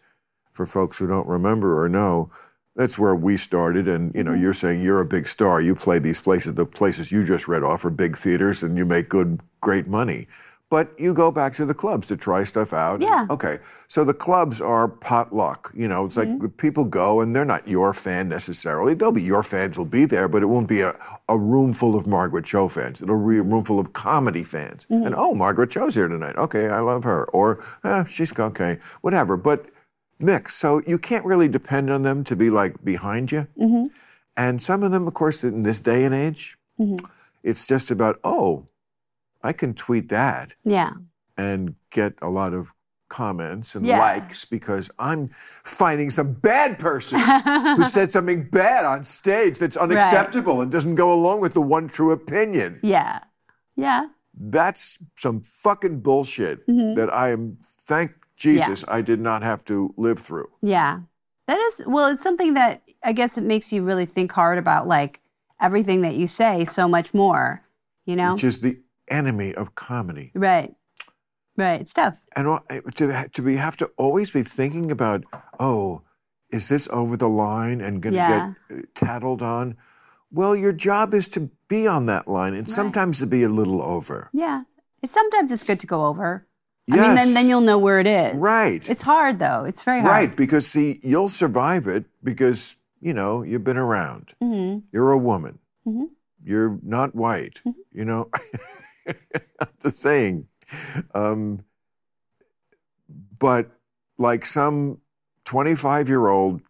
[SPEAKER 2] for folks who don't remember or know. That's where we started, and you know, you're saying you're a big star. You play these places. The places you just read off are big theaters, and you make good, great money. But you go back to the clubs to try stuff out.
[SPEAKER 1] Yeah.
[SPEAKER 2] Okay. So the clubs are potluck. You know, it's like the people go, and they're not your fan necessarily. They'll be your fans will be there, but it won't be a, a room full of Margaret Cho fans. It'll be a room full of comedy fans. And oh, Margaret Cho's here tonight. Okay, I love her. Or eh, she's okay, whatever. But mix. So you can't really depend on them to be like behind you. And some of them, of course, in this day and age, it's just about, oh, I can tweet that
[SPEAKER 1] Yeah.
[SPEAKER 2] and get a lot of comments and
[SPEAKER 1] Yeah.
[SPEAKER 2] likes because I'm finding some bad person who said something bad on stage that's unacceptable and doesn't go along with the one true opinion.
[SPEAKER 1] Yeah. Yeah.
[SPEAKER 2] That's some fucking bullshit that I am, thank Jesus, I did not have to live through.
[SPEAKER 1] Yeah. That is, well, it's something that I guess it makes you really think hard about like everything that you say so much more, you know?
[SPEAKER 2] which is the enemy of comedy.
[SPEAKER 1] right. Right. It's tough.
[SPEAKER 2] And all- eh, to ha- to be have to always be thinking about, oh, is this over the line and going to
[SPEAKER 1] Yeah.
[SPEAKER 2] get uh, tattled on? Well, your job is to be on that line, and sometimes to be a little over.
[SPEAKER 1] Yeah. It's sometimes it's good to go over. I mean,
[SPEAKER 2] Yes.
[SPEAKER 1] then, then you'll know where it is.
[SPEAKER 2] Right,
[SPEAKER 1] It's hard though. It's very hard.
[SPEAKER 2] right, because see, you'll survive it because you know you've been around.
[SPEAKER 1] hmm
[SPEAKER 2] Mm-hmm. You're a woman.
[SPEAKER 1] Mhm.
[SPEAKER 2] You're not white. You know, I'm just saying. Um, but like some 25 year old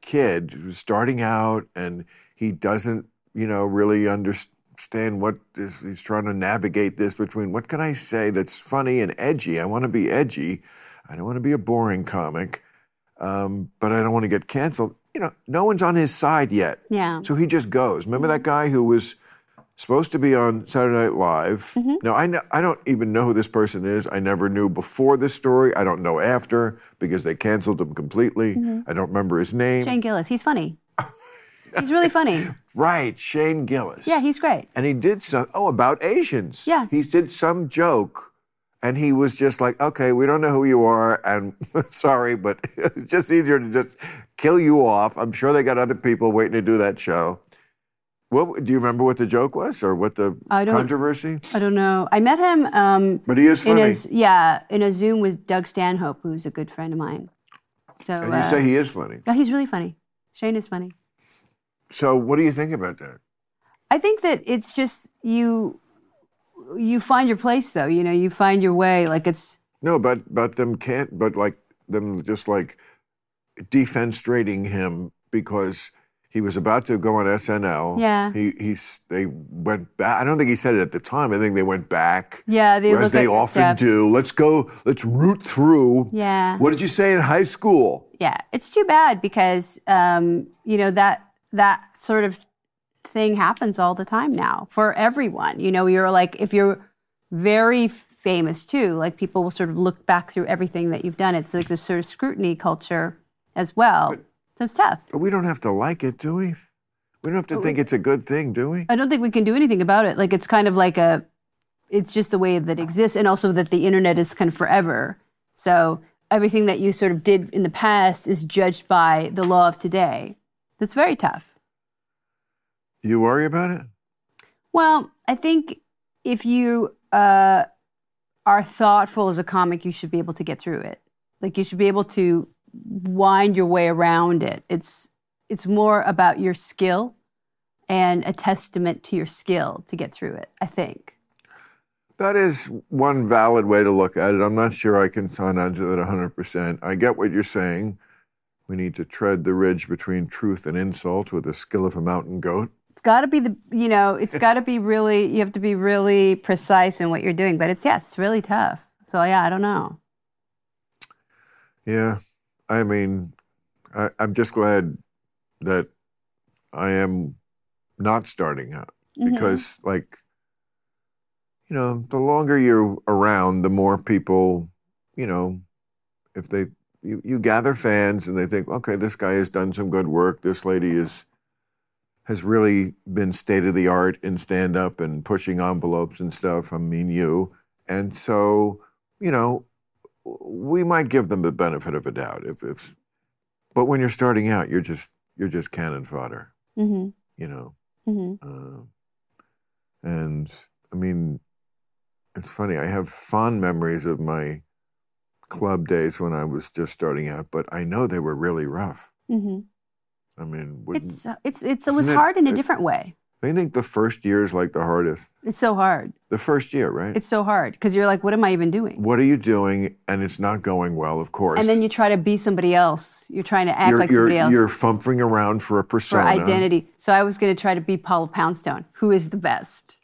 [SPEAKER 2] kid who's starting out and he doesn't, you know, really understand what is, he's trying to navigate this between what can I say that's funny and edgy? I want to be edgy. I don't want to be a boring comic, um, but I don't want to get canceled. You know, no one's on his side yet.
[SPEAKER 1] Yeah.
[SPEAKER 2] So he just goes. Remember that guy who was supposed to be on Saturday Night Live?
[SPEAKER 1] Mm-hmm.
[SPEAKER 2] Now, I, kn- I don't even know who this person is. I never knew before this story. I don't know after because they canceled him completely. I don't remember his name.
[SPEAKER 1] Mm-hmm. Shane Gillis, he's funny. he's really funny.
[SPEAKER 2] Right, Shane Gillis.
[SPEAKER 1] Yeah, he's great.
[SPEAKER 2] and he did some, oh, about Asians.
[SPEAKER 1] Yeah.
[SPEAKER 2] He did some joke. And he was just like, okay, we don't know who you are, and sorry, but it's just easier to just kill you off. I'm sure they got other people waiting to do that show. What do you remember what the joke was or what the
[SPEAKER 1] I don't-
[SPEAKER 2] controversy?
[SPEAKER 1] I don't know. I met him um,
[SPEAKER 2] But he is
[SPEAKER 1] in
[SPEAKER 2] funny.
[SPEAKER 1] a yeah in a Zoom with Doug Stanhope, who's a good friend of mine. So
[SPEAKER 2] and
[SPEAKER 1] uh,
[SPEAKER 2] you say he is funny.
[SPEAKER 1] yeah, he's really funny. Shane is funny.
[SPEAKER 2] So what do you think about that?
[SPEAKER 1] I think that it's just you you find your place though. You know, you find your way. Like it's
[SPEAKER 2] No, but but them can't. But like them, just like defense rating him because he was about to go on SNL.
[SPEAKER 1] Yeah.
[SPEAKER 2] He he's they went back. I don't think he said it at the time. I think they went back.
[SPEAKER 1] yeah, they
[SPEAKER 2] as
[SPEAKER 1] look
[SPEAKER 2] they
[SPEAKER 1] at your
[SPEAKER 2] often
[SPEAKER 1] stuff.
[SPEAKER 2] do. Let's go. Let's root through.
[SPEAKER 1] Yeah.
[SPEAKER 2] What did you say in high school?
[SPEAKER 1] Yeah, it's too bad because um, you know that that sort of thing happens all the time now for everyone. You know, you're like if you're very famous too, like people will sort of look back through everything that you've done. It's like this sort of scrutiny culture as well. so it's tough.
[SPEAKER 2] But we don't have to like it, do we? We don't have to think it's a good thing, do we?
[SPEAKER 1] I don't think we can do anything about it. Like it's kind of like a, it's just the way that exists, and also that the internet is kind of forever. So everything that you sort of did in the past is judged by the law of today. That's very tough.
[SPEAKER 2] You worry about it?
[SPEAKER 1] Well, I think if you uh, are thoughtful as a comic, you should be able to get through it. Like you should be able to wind your way around it. It's it's more about your skill and a testament to your skill to get through it. I think.
[SPEAKER 2] That is one valid way to look at it. I'm not sure I can sign on to that 100%. I get what you're saying. We need to tread the ridge between truth and insult with the skill of a mountain goat.
[SPEAKER 1] It's got to be the you know it's got to be really you have to be really precise in what you're doing. But it's yes, it's really tough. So yeah, I don't know.
[SPEAKER 2] Yeah. I mean, I, I'm just glad that I am not starting out
[SPEAKER 1] Mm-hmm.
[SPEAKER 2] because, like, you know, the longer you're around, the more people, you know, if they, you, you gather fans and they think, okay, this guy has done some good work. This lady is, has really been state of the art in stand up and pushing envelopes and stuff. I mean, you. And so, you know, we might give them the benefit of a doubt if, if but when you're starting out you're just you're just cannon fodder
[SPEAKER 1] hmm
[SPEAKER 2] you know
[SPEAKER 1] hmm
[SPEAKER 2] uh, and i mean it's funny i have fond memories of my club days when i was just starting out but i know they were really rough
[SPEAKER 1] hmm
[SPEAKER 2] i mean would,
[SPEAKER 1] It's it's it's it was
[SPEAKER 2] Isn't it-
[SPEAKER 1] hard in a
[SPEAKER 2] it-
[SPEAKER 1] different way.
[SPEAKER 2] i think the first year is like the hardest
[SPEAKER 1] It's so hard.
[SPEAKER 2] the first year right
[SPEAKER 1] It's so hard because you're like, what am I even doing?
[SPEAKER 2] what are you doing and it's not going well of course
[SPEAKER 1] And then you try to be somebody else. You're trying to act
[SPEAKER 2] you're,
[SPEAKER 1] like
[SPEAKER 2] you're,
[SPEAKER 1] somebody else
[SPEAKER 2] you're fumfering around for a
[SPEAKER 1] for
[SPEAKER 2] persona
[SPEAKER 1] identity. So I was going to try to be Paula Poundstone, who is the best,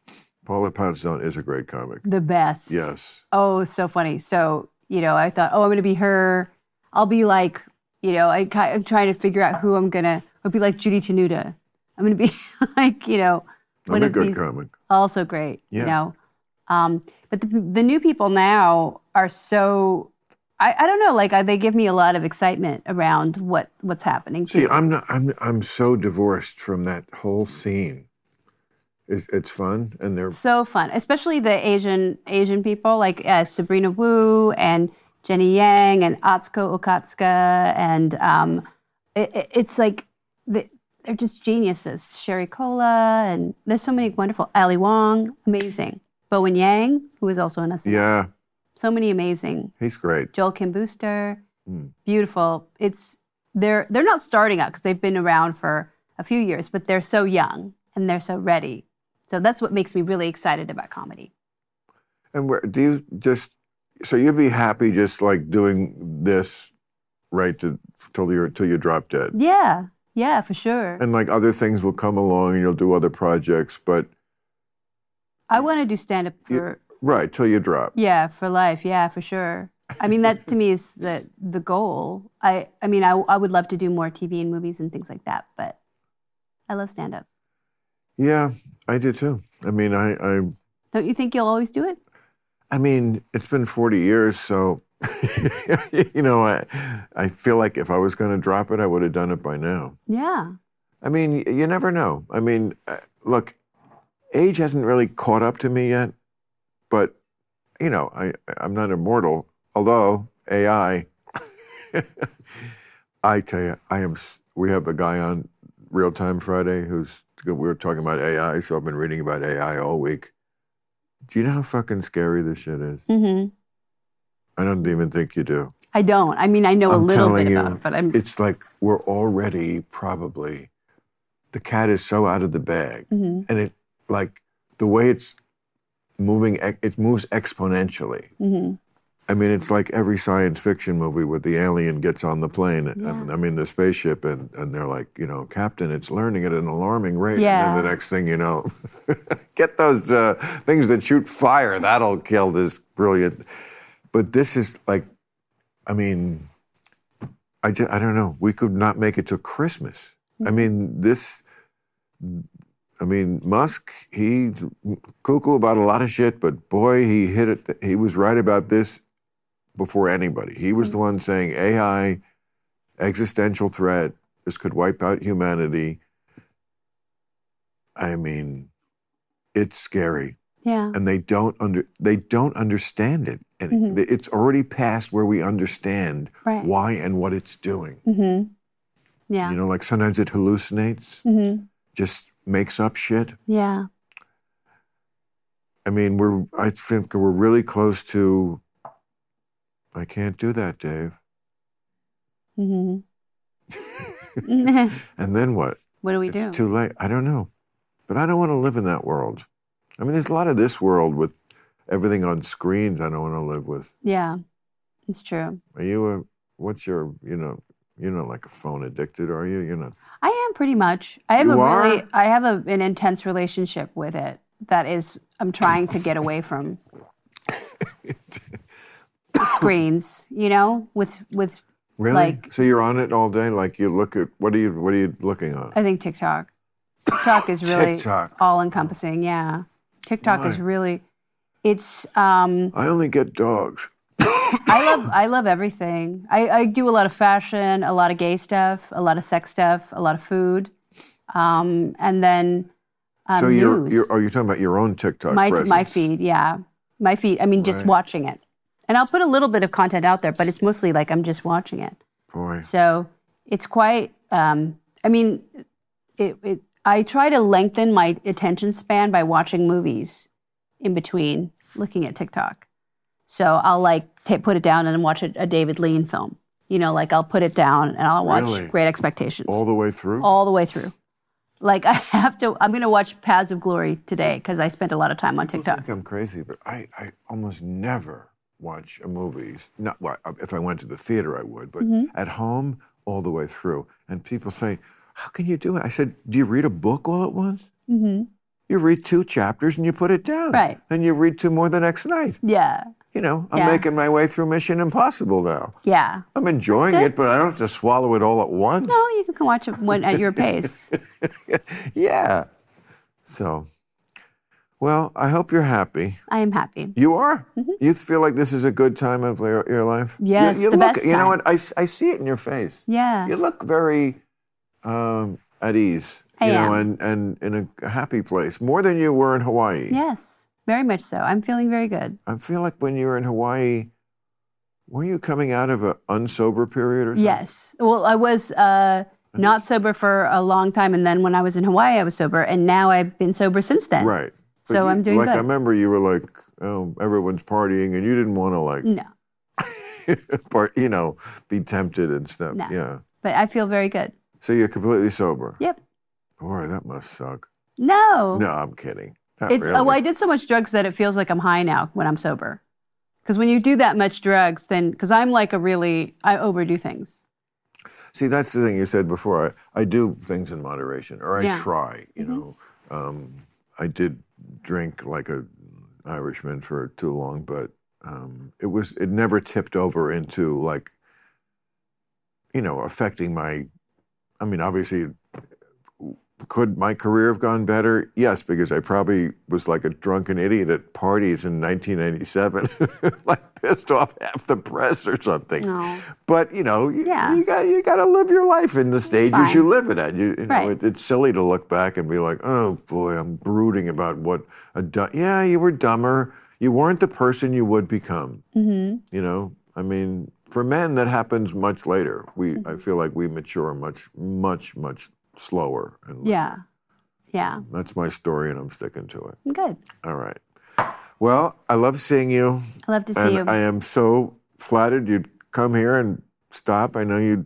[SPEAKER 2] paula poundstone is a great comic
[SPEAKER 1] the best.
[SPEAKER 2] yes
[SPEAKER 1] Oh, so funny. So you know, I thought, oh, I'm going to be her. I'll be like, you know, I, ki- I'm trying to figure out who I'm going to. I'll be like Judy Tenuta. I'm going to be like, you know,
[SPEAKER 2] I'm
[SPEAKER 1] one
[SPEAKER 2] a
[SPEAKER 1] of
[SPEAKER 2] good
[SPEAKER 1] these
[SPEAKER 2] comic.
[SPEAKER 1] also great. You
[SPEAKER 2] Yeah.
[SPEAKER 1] know, um, but the, the new people now are so. I, I don't know. Like I, they give me a lot of excitement around what what's happening.
[SPEAKER 2] See,
[SPEAKER 1] too.
[SPEAKER 2] I'm not. I'm. I'm so divorced from that whole scene. It, it's fun, and they're
[SPEAKER 1] so fun, especially the Asian Asian people like uh, Sabrina Wu and Jenny Yang and Atsuko Okatsuka, and um, it, it- it's like the, they're just geniuses. Sherry Cola and there's so many wonderful Ali Wong, amazing. Bowen Yang, who is also in us,
[SPEAKER 2] yeah.
[SPEAKER 1] so many amazing
[SPEAKER 2] He's great.
[SPEAKER 1] Joel Kim Booster.
[SPEAKER 2] Mm.
[SPEAKER 1] Beautiful. It's they're they're not starting out because they've been around for a few years, but they're so young and they're so ready. So that's what makes me really excited about comedy.
[SPEAKER 2] And where do you just? So you'd be happy just like doing this right to till you till you drop dead.
[SPEAKER 1] Yeah. Yeah, for sure.
[SPEAKER 2] And like other things will come along, and you'll do other projects, but
[SPEAKER 1] I want to do stand up for
[SPEAKER 2] right till you drop.
[SPEAKER 1] yeah for life. Yeah, for sure. I mean, that to me is the the goal. I I mean, I I would love to do more TV and movies and things like that, but I love stand up.
[SPEAKER 2] Yeah, I did too. I mean, I I,
[SPEAKER 1] Don't you think you'll always do it?
[SPEAKER 2] I mean, it's been forty years, so you know, I I feel like if I was going to drop it, I would have done it by now.
[SPEAKER 1] Yeah.
[SPEAKER 2] I mean, y- you never know. I mean, uh, look, age hasn't really caught up to me yet, but you know, I I'm not immortal. Although AI, I tell you, I am. s- We have a guy on Real Time Friday who's we were talking about AI, so I've been reading about AI all week. Do you know how fucking scary this shit is?
[SPEAKER 1] Mm-hmm.
[SPEAKER 2] I don't even think you do.
[SPEAKER 1] I don't. I mean, I know
[SPEAKER 2] I'm
[SPEAKER 1] a little bit
[SPEAKER 2] telling you,
[SPEAKER 1] about it, but I'm.
[SPEAKER 2] It's like we're already probably the cat is so out of the bag.
[SPEAKER 1] Mhm.
[SPEAKER 2] and it like the way it's moving ex- it moves exponentially
[SPEAKER 1] Mhm.
[SPEAKER 2] i mean it's like every science fiction movie where the alien gets on the plane and-
[SPEAKER 1] Yeah.
[SPEAKER 2] and, i mean the spaceship and, and they're like you know captain it's learning at an alarming rate and
[SPEAKER 1] Yeah.
[SPEAKER 2] then the next thing you know get those uh, things that shoot fire that'll kill this brilliant but this is like i mean i, ju- I don't know we could not make it to christmas i mean this I mean, Musk, he's cuckoo about a lot of shit, but boy, he hit it. He was right about this before anybody. He was the one saying AI, existential threat, this could wipe out humanity. I mean, it's scary,
[SPEAKER 1] Yeah.
[SPEAKER 2] and they don't under they don't understand it, and it's already past where we understand
[SPEAKER 1] Mm-hmm. Right.
[SPEAKER 2] why and what it's doing.
[SPEAKER 1] Mm-hmm. Yeah.
[SPEAKER 2] You know, like sometimes it hallucinates,
[SPEAKER 1] mm-hmm.
[SPEAKER 2] just makes up shit.
[SPEAKER 1] Yeah.
[SPEAKER 2] I mean, we're I think we're really close to. I can't do that, Dave.
[SPEAKER 1] Mm-hmm.
[SPEAKER 2] And then what?
[SPEAKER 1] what do we
[SPEAKER 2] it's
[SPEAKER 1] do?
[SPEAKER 2] too late. I don't know, but I don't want to live in that world. I mean, there's a lot of this world with everything on screens. I don't want to live with.
[SPEAKER 1] yeah. It's true.
[SPEAKER 2] Are you a? What's your? You know, you're not like a phone addicted, are you? You're not.
[SPEAKER 1] I am pretty much. I have
[SPEAKER 2] You
[SPEAKER 1] a
[SPEAKER 2] are?
[SPEAKER 1] really I have a, an intense relationship with it that is I'm trying to get away from screens, you know, with with
[SPEAKER 2] Really?
[SPEAKER 1] Like-
[SPEAKER 2] so you're on it all day. Like you look at what are you? What are you looking on?
[SPEAKER 1] I think TikTok. TikTok is really
[SPEAKER 2] TikTok.
[SPEAKER 1] all encompassing, yeah. TikTok is really it's um
[SPEAKER 2] I only get dogs.
[SPEAKER 1] I love I love everything. I, I do a lot of fashion, a lot of gay stuff, a lot of sex stuff, a lot of food. Um and then um,
[SPEAKER 2] so you're,
[SPEAKER 1] news.
[SPEAKER 2] you're. Are you talking about your own TikTok?
[SPEAKER 1] my my
[SPEAKER 2] presence?
[SPEAKER 1] feed, yeah, my feed. I mean, just
[SPEAKER 2] Right.
[SPEAKER 1] watching it, and I'll put a little bit of content out there, but it's mostly like I'm just watching it.
[SPEAKER 2] Boy.
[SPEAKER 1] So it's quite. Um, I mean, it, it. I try to lengthen my attention span by watching movies in between looking at TikTok. So I'll like ta put it down and watch a, a David Lean film. You know, like I'll put it down and I'll watch
[SPEAKER 2] Really?
[SPEAKER 1] Great Expectations
[SPEAKER 2] All the way through.
[SPEAKER 1] all the way through. Like I have to. I'm going to watch Paths of Glory today because I spent a lot of time on
[SPEAKER 2] People
[SPEAKER 1] TikTok.
[SPEAKER 2] think I'm crazy, but I, I almost never watch a movies. Not well, if I went to the theater, I would, but
[SPEAKER 1] Mm-hmm.
[SPEAKER 2] at home all the way through. And people say, "How can you do it?" I said, "Do you read a book all at once?
[SPEAKER 1] hmm
[SPEAKER 2] You read two chapters and you put it down.
[SPEAKER 1] Right.
[SPEAKER 2] Then you read two more the next night.
[SPEAKER 1] Yeah,
[SPEAKER 2] You know, I'm
[SPEAKER 1] Yeah.
[SPEAKER 2] making my way through Mission Impossible now.
[SPEAKER 1] yeah.
[SPEAKER 2] I'm enjoying
[SPEAKER 1] That's
[SPEAKER 2] it, but I don't have to swallow it all at once.
[SPEAKER 1] No, Oh, you can watch it when, at your pace.
[SPEAKER 2] Yeah. So, well, I hope you're happy.
[SPEAKER 1] I am happy.
[SPEAKER 2] You are.
[SPEAKER 1] Mm-hmm.
[SPEAKER 2] You feel like this is a good time of your, your life.
[SPEAKER 1] Yeah,
[SPEAKER 2] You-
[SPEAKER 1] it's
[SPEAKER 2] you
[SPEAKER 1] the
[SPEAKER 2] look,
[SPEAKER 1] best
[SPEAKER 2] You know
[SPEAKER 1] time.
[SPEAKER 2] what? I, s- I see it in your face.
[SPEAKER 1] Yeah,
[SPEAKER 2] You look very um, at ease.
[SPEAKER 1] I
[SPEAKER 2] you know,
[SPEAKER 1] am.
[SPEAKER 2] and and in a happy place more than you were in Hawaii.
[SPEAKER 1] yes, very much so. I'm feeling very good.
[SPEAKER 2] I feel like when you were in Hawaii, were you coming out of an unsober period or something?
[SPEAKER 1] Yes. Well, I was uh, not sober for a long time, and then when I was in Hawaii, I was sober, and now I've been sober since then.
[SPEAKER 2] Right. But
[SPEAKER 1] So
[SPEAKER 2] you-
[SPEAKER 1] I'm doing
[SPEAKER 2] like I
[SPEAKER 1] good.
[SPEAKER 2] remember you were like, oh, everyone's partying, and you didn't want to like,
[SPEAKER 1] No,
[SPEAKER 2] part, you know, be tempted and stuff.
[SPEAKER 1] Mm. No.
[SPEAKER 2] Yeah.
[SPEAKER 1] but I feel very good.
[SPEAKER 2] So you're completely sober.
[SPEAKER 1] Yep.
[SPEAKER 2] Boy, that must suck.
[SPEAKER 1] No.
[SPEAKER 2] No, I'm kidding. Not
[SPEAKER 1] It's
[SPEAKER 2] really.
[SPEAKER 1] oh, I did so much drugs that it feels like I'm high now when I'm sober. Because when you do that much drugs, then because I'm like a really I overdo things.
[SPEAKER 2] See, that's the thing you said before. I, I do things in moderation, or I
[SPEAKER 1] Yeah. Mm-hmm.
[SPEAKER 2] try. You know, um, I did drink like a Irishman for too long, but um, it was it never tipped over into like, you know, affecting my. I mean, obviously, could my career have gone better? Yes, because I probably was like a drunken idiot at parties in 1997, like pissed off half the press or something.
[SPEAKER 1] No.
[SPEAKER 2] But you know, you,
[SPEAKER 1] Yeah.
[SPEAKER 2] you got you got to live your life in the stage
[SPEAKER 1] Fine.
[SPEAKER 2] you live it at. You, you know,
[SPEAKER 1] Right.
[SPEAKER 2] it, it's silly to look back and be like, oh boy, I'm brooding about what a du- yeah, you were dumber. You weren't the person you would become. Mm-hmm. You know, I mean, for men that happens much later. We
[SPEAKER 1] Mm-hmm.
[SPEAKER 2] I feel like we mature much much much slower. And
[SPEAKER 1] Yeah, yeah.
[SPEAKER 2] that's my story, and I'm sticking to it.
[SPEAKER 1] Good.
[SPEAKER 2] All right. Well, I love seeing you.
[SPEAKER 1] I love to see
[SPEAKER 2] And
[SPEAKER 1] you.
[SPEAKER 2] I am so flattered you'd come here and stop. I know you're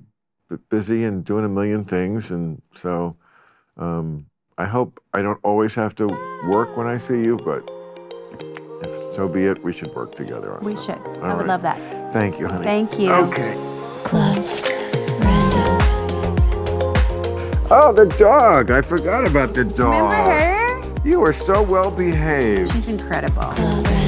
[SPEAKER 2] b- busy and doing a million things, and so um, I hope I don't always have to work when I see you, but if so be it, we should work together on
[SPEAKER 1] we
[SPEAKER 2] something.
[SPEAKER 1] should. I
[SPEAKER 2] All
[SPEAKER 1] would
[SPEAKER 2] right.
[SPEAKER 1] love that.
[SPEAKER 2] Thank you, honey.
[SPEAKER 1] Thank you.
[SPEAKER 2] Okay.
[SPEAKER 4] Club Random.
[SPEAKER 2] Oh, the dog. I forgot about the dog.
[SPEAKER 1] Remember her?
[SPEAKER 2] You are so well behaved.
[SPEAKER 1] She's incredible.
[SPEAKER 4] Club Random.